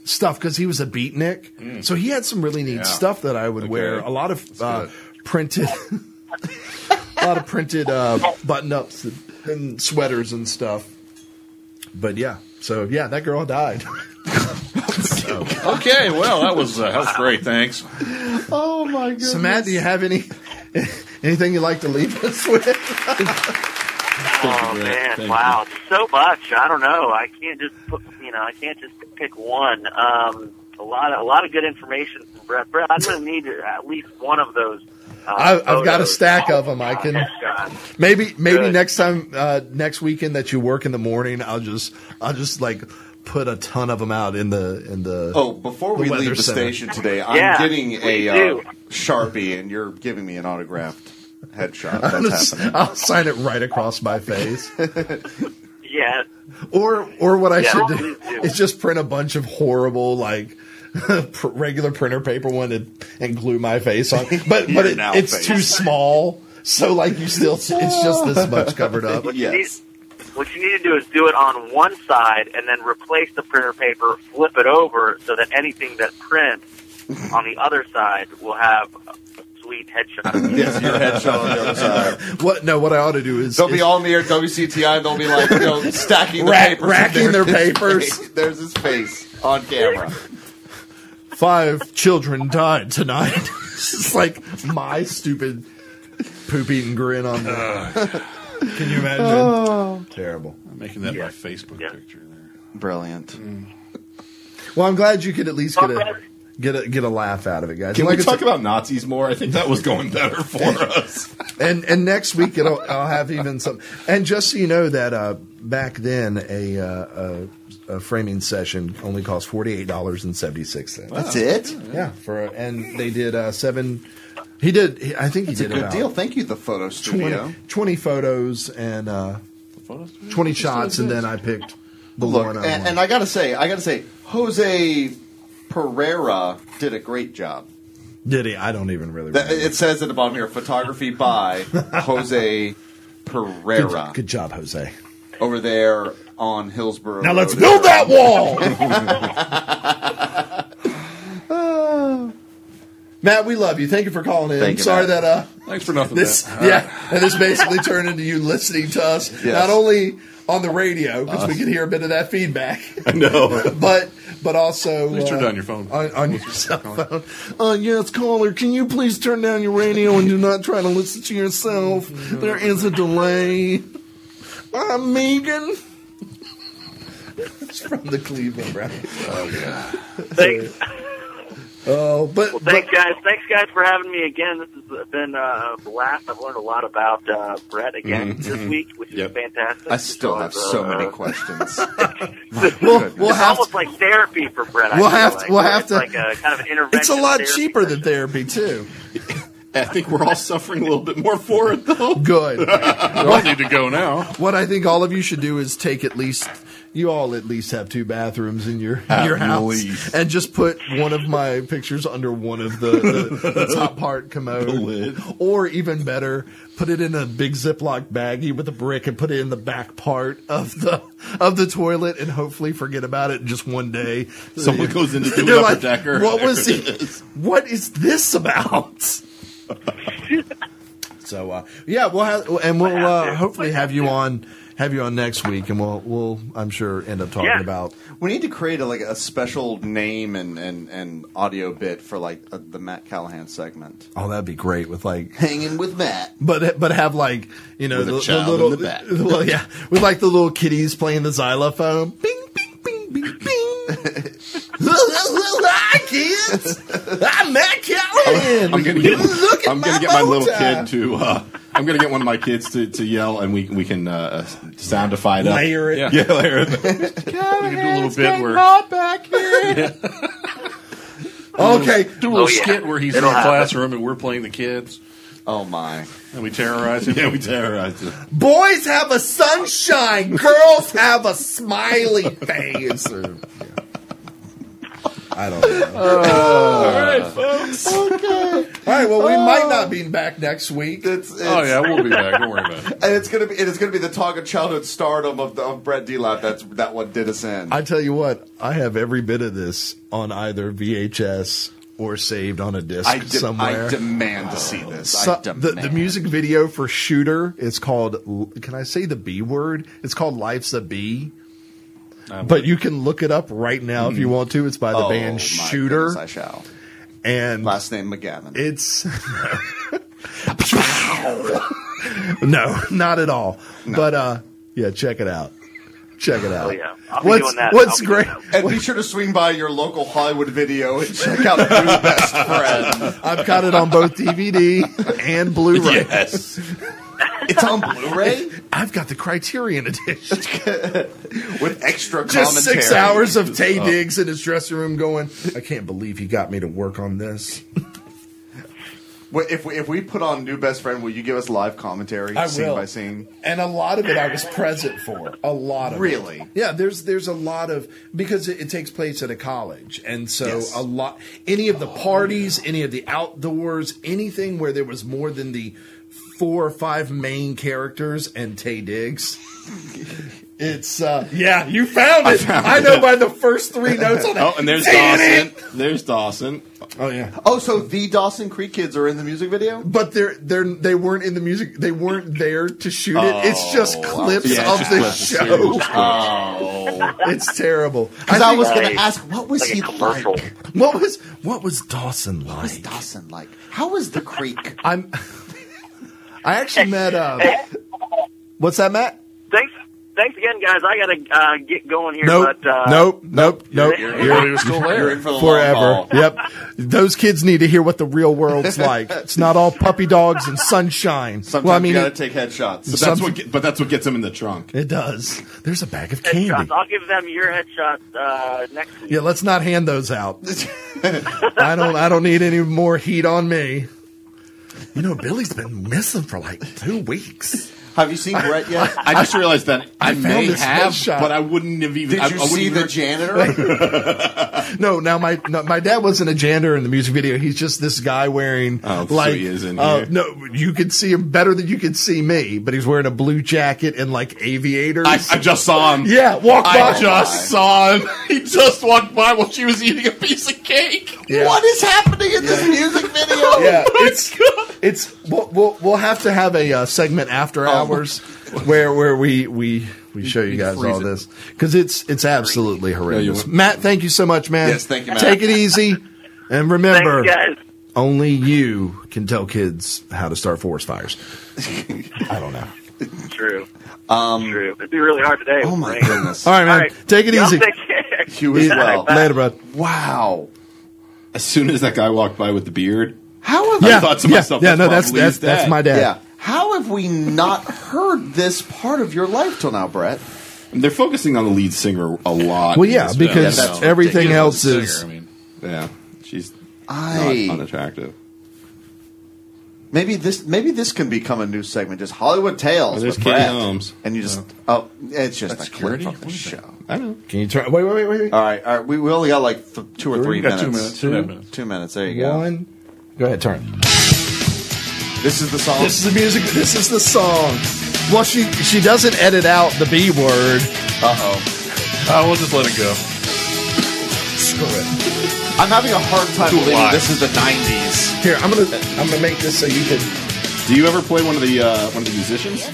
Speaker 4: stuff because he was a beatnik,
Speaker 3: Mm.
Speaker 4: so he had some really neat stuff that I would wear. A lot of uh, printed, a lot of printed uh, button ups and, and sweaters and stuff. But yeah, so yeah, that girl died.
Speaker 2: Okay, well, that was, uh, that was great. Thanks.
Speaker 3: Oh my goodness!
Speaker 4: so Matt, do you have any anything you'd like to leave us with?
Speaker 10: Oh man, wow, so much. I don't know. I can't just put, you know, I can't just pick one. Um, a lot, of, a lot of good information from Brett. Brett, I'm going to need at least one of those. Uh,
Speaker 4: I, I've got a
Speaker 10: photos.
Speaker 4: stack of them. I can.
Speaker 10: God.
Speaker 4: Maybe maybe
Speaker 10: Good.
Speaker 4: next time uh, next weekend that you work in the morning, I'll just I'll just like put a ton of them out in the in the.
Speaker 3: Oh, before
Speaker 4: The
Speaker 3: we
Speaker 4: Weather
Speaker 3: leave the
Speaker 4: Center.
Speaker 3: station today,
Speaker 10: Yeah,
Speaker 3: I'm getting a
Speaker 10: we
Speaker 3: uh,
Speaker 10: do.
Speaker 3: sharpie, and you're giving me an autographed headshot.
Speaker 4: I'll,
Speaker 3: That's
Speaker 4: just-
Speaker 3: happening.
Speaker 4: I'll sign it right across my face.
Speaker 10: Yeah,
Speaker 4: or or what I
Speaker 10: Yeah,
Speaker 4: should
Speaker 10: please
Speaker 4: do
Speaker 10: do.
Speaker 4: is just print a bunch of horrible like. pr- regular printer paper one and, and glue my face on but but
Speaker 3: Your
Speaker 4: it,
Speaker 3: now
Speaker 4: it's
Speaker 3: face.
Speaker 4: too small so like you still it's just this much covered up
Speaker 10: what you
Speaker 3: Yes.
Speaker 10: need, what you need to do is do it on one side and then replace the printer paper, flip it over so that anything that prints on the other side, we'll have a sweet headshot.
Speaker 3: Yes, your headshot on the other side.
Speaker 4: What? No, what I ought to do is,
Speaker 3: They'll be
Speaker 4: is-
Speaker 3: all near WCTI. and They'll be like, you know, stacking the
Speaker 4: Rack-
Speaker 3: papers,
Speaker 4: racking
Speaker 3: and there's
Speaker 4: their
Speaker 3: his
Speaker 4: papers.
Speaker 3: face- There's his face on camera.
Speaker 4: five children died tonight. it's just like my stupid pooping grin on. Oh. there. Can you imagine? Terrible.
Speaker 2: I'm making that
Speaker 10: Yeah.
Speaker 2: my Facebook
Speaker 10: Yeah.
Speaker 2: picture there.
Speaker 3: Brilliant.
Speaker 4: Well, I'm glad you could at least get a
Speaker 10: Alright.
Speaker 4: get a get a laugh out of it, guys.
Speaker 5: Can
Speaker 4: And
Speaker 5: we
Speaker 4: I
Speaker 5: talk
Speaker 4: said-
Speaker 5: about Nazis more? I think that was going better for us.
Speaker 4: and and next week it'll I'll have even some. And just so you know that uh, back then a, uh, a a framing session only cost forty eight dollars and seventy six cents.
Speaker 3: That's it.
Speaker 4: Yeah, for and they did uh, seven. He did. he- I think he
Speaker 3: It's a
Speaker 4: did
Speaker 3: good
Speaker 4: about
Speaker 3: deal. Thank you, the photo
Speaker 4: 20,
Speaker 3: studio.
Speaker 4: 20 photos and uh,
Speaker 2: Photos?
Speaker 4: twenty shots, and then I picked the
Speaker 3: Look,
Speaker 4: one
Speaker 3: and,
Speaker 4: I wanted.
Speaker 3: and I gotta say, I gotta say, Jose Pereira did a great job.
Speaker 4: did he? I don't even really.
Speaker 3: That-
Speaker 4: remember.
Speaker 3: It says at the bottom here, photography by Jose Pereira
Speaker 4: good, good job, Jose.
Speaker 3: over there on Hillsborough.
Speaker 4: Now let's
Speaker 3: Road.
Speaker 4: build that wall. Matt, we love you. Thank you for calling in.
Speaker 3: Thank you,
Speaker 4: Sorry
Speaker 3: Matt.
Speaker 4: that uh
Speaker 2: Thanks for nothing.
Speaker 4: this
Speaker 2: Matt.
Speaker 4: yeah, and this basically turned into you listening to us
Speaker 3: Yes. Uh.
Speaker 4: not only on the radio because we can hear a bit of that feedback,
Speaker 5: I know.
Speaker 4: but but also uh,
Speaker 2: Please turn down your phone.
Speaker 4: on, on your cell phone. Uh, yes, caller, can you please turn down your radio and do not try to listen to yourself? There is a delay. I'm Megan. it's from the Cleveland Browns.
Speaker 10: Thanks,
Speaker 4: Oh, but,
Speaker 10: well,
Speaker 4: but
Speaker 10: thanks guys. Thanks guys for having me again. This has been uh, a blast. I've learned a lot about uh, Brett
Speaker 4: Mm-hmm.
Speaker 10: again this week, which
Speaker 5: Yep.
Speaker 10: is fantastic.
Speaker 3: I still have so many
Speaker 10: questions.
Speaker 3: questions.
Speaker 4: we'll, we'll
Speaker 10: it's
Speaker 4: have
Speaker 10: almost
Speaker 4: to,
Speaker 10: like therapy for Brett. I
Speaker 4: We'll
Speaker 10: feel
Speaker 4: have
Speaker 10: like.
Speaker 4: to- we'll have
Speaker 10: it's
Speaker 4: to-
Speaker 10: Like a, kind of an intervention.
Speaker 4: it's a lot
Speaker 10: therapy
Speaker 4: cheaper
Speaker 10: session.
Speaker 4: than therapy too.
Speaker 5: I think we're all suffering a little bit more for it, though.
Speaker 4: Good.
Speaker 2: We all need to go now.
Speaker 4: what I think all of you should do is take at least you all at least have two bathrooms in your
Speaker 5: At
Speaker 4: your house,
Speaker 5: least.
Speaker 4: and just put one of my pictures under one of the, the, the top part commode,
Speaker 5: lid.
Speaker 4: or even better, put it in a big Ziploc baggie with a brick and put it in the back part of the of the toilet, and hopefully forget about it. Just one day,
Speaker 5: Someone goes in to do an
Speaker 4: They're
Speaker 5: upper
Speaker 4: like,
Speaker 5: decker.
Speaker 4: What was
Speaker 5: There
Speaker 4: it? What is this about? so uh, yeah, we'll have, and we'll uh, hopefully have you on have you on next week, and we'll we'll I'm sure end up talking
Speaker 10: Yeah.
Speaker 4: about
Speaker 3: we need to create a, like a special name and, and, and audio bit for like uh the Matt Callahan segment.
Speaker 4: oh that'd be great with like.
Speaker 3: Hanging with Matt.
Speaker 4: But but have like you know
Speaker 5: With a
Speaker 4: the, the
Speaker 5: child in
Speaker 4: little
Speaker 5: the back.
Speaker 4: well yeah with like the little kitties playing the xylophone bing bing bing bing bing hi kids I'm Matt Callahan
Speaker 5: I'm gonna get.
Speaker 4: Look at
Speaker 5: I'm gonna
Speaker 4: my
Speaker 5: get my little
Speaker 4: bow tie.
Speaker 5: kid to. Uh, I'm gonna get one of my kids to, to yell, and we we can uh, soundify it up.
Speaker 4: layer it
Speaker 2: Yeah.
Speaker 5: Yeah, layer it.
Speaker 2: We can do a little bit where
Speaker 4: okay
Speaker 2: do a little
Speaker 10: Oh, yeah.
Speaker 2: skit where he's
Speaker 10: It'll
Speaker 2: in our
Speaker 10: happen.
Speaker 2: classroom and we're playing the kids
Speaker 3: Oh my.
Speaker 2: and we terrorize him.
Speaker 5: yeah, we uh, terrorize it.
Speaker 4: Boys have a sunshine, girls have a smiley face. I don't know. All right, well, we might not be back next week.
Speaker 3: It's, it's,
Speaker 2: Oh yeah, we'll be back. Don't worry about it.
Speaker 3: And it's gonna be and it's gonna be the talk of childhood stardom of, the, of Brett D. That's that one did us in.
Speaker 4: I tell you what, I have every bit of this on either VHS or saved on a disc
Speaker 3: I, de-
Speaker 4: somewhere.
Speaker 3: I demand to see this.
Speaker 4: So-
Speaker 3: I
Speaker 4: the,
Speaker 3: demand.
Speaker 4: the music video for Shooter is called. Can I say the B word? It's called Life's a B.
Speaker 10: Um,
Speaker 4: But you can look it up right now if you
Speaker 10: Mm-hmm.
Speaker 4: want to. It's by the
Speaker 3: Oh, my
Speaker 4: band Shooter,
Speaker 3: goodness, I shall.
Speaker 4: and
Speaker 3: Last name McGavin.
Speaker 4: it's no, not at all. But uh, yeah, check it out. Check it out.
Speaker 10: Oh, yeah. I'll be
Speaker 4: what's
Speaker 10: doing that. I'll
Speaker 4: what's
Speaker 10: be
Speaker 4: great?
Speaker 10: doing
Speaker 3: and be sure to swing by your local Hollywood video and check out New Best Friend.
Speaker 4: I've got it on both DVD and Blu-ray.
Speaker 5: Yes.
Speaker 3: It's on Blu-ray
Speaker 4: I've got the Criterion edition.
Speaker 3: with extra
Speaker 4: just
Speaker 3: commentary.
Speaker 4: six hours of Tay Diggs in his dressing room going, I can't believe he got me to work on this.
Speaker 3: Wait, If we, if we put on New Best Friend, will you give us live commentary,
Speaker 4: I
Speaker 3: scene
Speaker 4: will.
Speaker 3: by scene?
Speaker 4: And a lot of it I was present for. A lot of it.
Speaker 3: Really?
Speaker 4: Yeah, there's there's a lot of because it, it takes place at a college. And so
Speaker 3: Yes.
Speaker 4: a lot any of the parties, any of the outdoors, anything where there was more than the four or five main characters and Tay Diggs. It's uh yeah, you found it. I, know by the first three notes on it.
Speaker 5: Oh, and there's Dawson. There's Dawson.
Speaker 4: Oh yeah.
Speaker 3: Oh, so the Dawson Creek kids are in the music video?
Speaker 4: But they're they're they weren't in the music. They weren't there to shoot it. It's just
Speaker 3: Oh,
Speaker 4: clips
Speaker 5: yeah,
Speaker 4: of
Speaker 5: it's just
Speaker 4: the
Speaker 5: clips. It's
Speaker 4: show.
Speaker 5: just clips.
Speaker 3: Oh.
Speaker 4: It's terrible.
Speaker 3: Because I, was going
Speaker 10: Nice.
Speaker 3: to ask, what was
Speaker 10: Like a
Speaker 3: he
Speaker 10: commercial.
Speaker 3: like?
Speaker 4: What was
Speaker 6: What was Dawson like?
Speaker 3: What was Dawson like? How was the creek?
Speaker 4: I'm? I actually met. Um, what's that, Matt?
Speaker 10: Thanks, thanks again, guys. I gotta uh, get going here.
Speaker 4: Nope.
Speaker 10: But, uh,
Speaker 4: nope. Nope. Nope.
Speaker 2: Everybody was still there.
Speaker 3: for the
Speaker 4: Forever. Yep. Those kids need to hear what the real world's like. It's not all puppy dogs and sunshine.
Speaker 3: Sometimes
Speaker 4: well, I mean,
Speaker 3: you gotta
Speaker 4: it,
Speaker 3: take headshots.
Speaker 5: But that's what. Get, but that's what gets him in the trunk.
Speaker 4: it does.
Speaker 6: There's a bag of
Speaker 10: Headshots.
Speaker 6: candy.
Speaker 10: I'll give them your headshots uh, next week.
Speaker 4: Yeah, let's not hand those out. I don't. I don't need any more heat on me.
Speaker 6: You know, Billy's been missing for like two weeks.
Speaker 3: Have you seen Brett yet?
Speaker 5: I just realized that I,
Speaker 4: found
Speaker 5: may
Speaker 4: this
Speaker 5: have,
Speaker 4: headshot.
Speaker 5: but I wouldn't have even.
Speaker 3: Did
Speaker 5: I,
Speaker 3: you
Speaker 5: I wouldn't
Speaker 3: see
Speaker 5: even
Speaker 3: the janitor?
Speaker 4: No, now my no, my dad wasn't a janitor in the music video. He's just this guy wearing
Speaker 5: Oh, so
Speaker 4: like
Speaker 5: he is in
Speaker 4: uh,
Speaker 5: here.
Speaker 4: no, you could see him better than you could see me, but he's wearing a blue jacket and like aviators.
Speaker 5: I, I just saw him.
Speaker 4: yeah, walk
Speaker 5: I
Speaker 4: by.
Speaker 5: just saw him. He just walked by while she was eating a piece of cake.
Speaker 4: Yeah.
Speaker 3: What is happening in this music video?
Speaker 4: yeah,
Speaker 5: Oh
Speaker 4: it's it's we'll, we'll we'll have to have a uh, segment after
Speaker 5: Oh
Speaker 4: hours where where we we we show you guys all this because it's it's absolutely horrendous. Matt, thank you so much, man.
Speaker 3: Yes, thank you, Matt.
Speaker 4: Take it easy, and remember,
Speaker 10: Thanks, guys.
Speaker 4: only you can tell kids how to start forest fires.
Speaker 10: True. Um, True. It'd be really hard today.
Speaker 3: Oh
Speaker 10: with
Speaker 3: my
Speaker 10: rain.
Speaker 3: goodness.
Speaker 4: All right, man.
Speaker 10: All right.
Speaker 4: Take it
Speaker 10: Y'all
Speaker 4: easy.
Speaker 10: take care.
Speaker 3: You as well.
Speaker 4: Later, bud.
Speaker 3: Wow.
Speaker 5: As soon as that guy walked by with the beard,
Speaker 3: How have
Speaker 5: I
Speaker 4: Yeah,
Speaker 5: thought to
Speaker 4: yeah,
Speaker 5: myself,
Speaker 4: yeah.
Speaker 5: that's
Speaker 4: No, that's
Speaker 5: probably
Speaker 4: that's
Speaker 5: his dad.
Speaker 4: that's my dad.
Speaker 3: yeah. How have we not heard this part of your life till now, Brett?
Speaker 5: they're focusing on the lead singer a lot.
Speaker 4: Well,
Speaker 5: in
Speaker 4: yeah,
Speaker 5: this film.
Speaker 4: because
Speaker 3: Yeah, that's
Speaker 4: everything else
Speaker 2: Singer,
Speaker 4: is
Speaker 2: I mean,
Speaker 5: yeah, she's
Speaker 3: I
Speaker 5: not unattractive.
Speaker 3: maybe this maybe this can become a new segment, just Hollywood Tales.
Speaker 5: Oh, there's
Speaker 3: with
Speaker 5: Katie
Speaker 3: Brett.
Speaker 5: Holmes.
Speaker 3: and you just oh, it's just
Speaker 2: That's
Speaker 3: a clip
Speaker 2: security?
Speaker 3: from the
Speaker 2: What is that?
Speaker 3: show.
Speaker 5: I don't know.
Speaker 4: Can you try? Wait, wait, wait, wait.
Speaker 3: All right, all right. We, we only got like th- two or three
Speaker 2: got
Speaker 3: minutes.
Speaker 2: two minutes, two and a half minutes.
Speaker 3: Two minutes. There you go.
Speaker 4: One. Go ahead, turn.
Speaker 3: This is the song.
Speaker 4: This is the music. This is the song. Well, she she doesn't edit out the B word.
Speaker 3: Uh oh.
Speaker 2: I will Uh, just let it go.
Speaker 4: Screw it.
Speaker 3: I'm having a hard time believing
Speaker 2: alive.
Speaker 3: this is the '90s.
Speaker 4: Here, I'm gonna I'm gonna make this so you can.
Speaker 5: Do you ever play one of the uh, one of the musicians?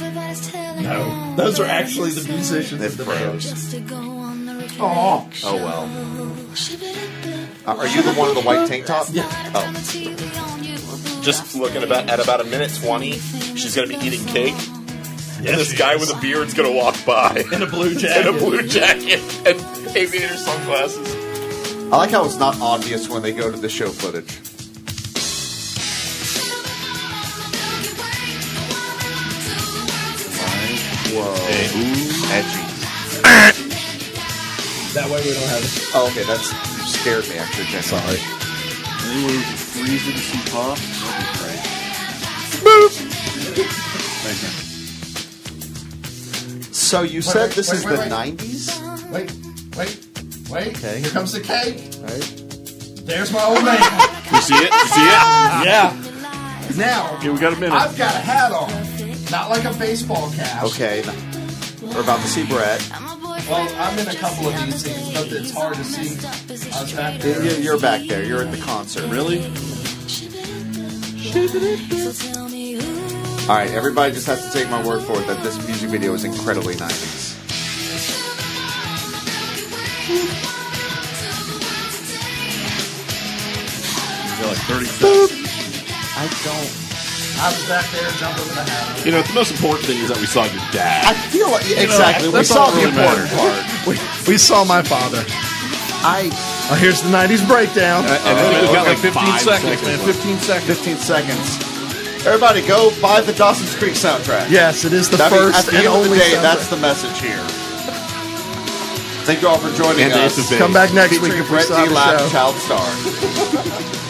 Speaker 7: No,
Speaker 6: Those are actually the musicians of the band.
Speaker 7: Oh.
Speaker 3: Oh, well.
Speaker 7: well.
Speaker 3: Uh, are you the one in the white tank top? Yeah. Oh.
Speaker 7: Oh.
Speaker 12: Just looking about at about a minute twenty, she's gonna be eating cake, and this guy with a beard's gonna walk by
Speaker 6: In a blue
Speaker 12: in a
Speaker 6: jacket.
Speaker 12: blue jacket and aviator sunglasses.
Speaker 3: I like how it's not obvious when they go to the show footage. Whoa. Edgy.
Speaker 4: That way we don't have.
Speaker 3: Oh, okay, that's you scared me actually. Jen. Sorry. So you said this
Speaker 4: wait,
Speaker 3: is
Speaker 4: wait,
Speaker 3: the
Speaker 4: wait.
Speaker 3: '90s?
Speaker 4: Wait, wait, wait.
Speaker 3: Okay.
Speaker 4: Here comes the cake.
Speaker 3: Right.
Speaker 4: There's my old man.
Speaker 5: You see it? You see it?
Speaker 6: Yeah.
Speaker 4: now
Speaker 2: Okay, we got a minute.
Speaker 4: I've got a hat on, not like a baseball cap.
Speaker 3: Okay. We're about to see Brett.
Speaker 7: Well, I'm in a couple of these things, but it's hard to see. I was back
Speaker 3: You- you- You're back there. You're at the concert.
Speaker 5: Really?
Speaker 3: All right, everybody just has to take my word for it that this music video is incredibly 90s.
Speaker 2: Got like 30 seconds.
Speaker 3: I don't.
Speaker 4: I was back there jumping with a hat.
Speaker 5: You know, the most important thing is that we saw your dad.
Speaker 3: I feel like exactly. we saw the important part.
Speaker 4: We, we saw my father.
Speaker 3: I
Speaker 4: Oh, here's the '90s breakdown.
Speaker 3: Uh,
Speaker 2: And then we've got like 15
Speaker 5: five
Speaker 2: seconds,
Speaker 5: seconds
Speaker 2: man. 15 seconds.
Speaker 3: 15 seconds. Everybody, go buy the Dawson's Creek soundtrack.
Speaker 4: yes, it is the
Speaker 3: That means
Speaker 4: first
Speaker 3: at the end
Speaker 4: and
Speaker 3: of the
Speaker 4: only.
Speaker 3: day,
Speaker 4: soundtrack.
Speaker 3: that's the message here. Thank you all for joining
Speaker 5: And
Speaker 3: us.
Speaker 5: that's the big-
Speaker 4: Come back next week
Speaker 3: Featuring
Speaker 4: if we
Speaker 3: Brett D.
Speaker 4: saw the show.
Speaker 3: Lab, Child Star.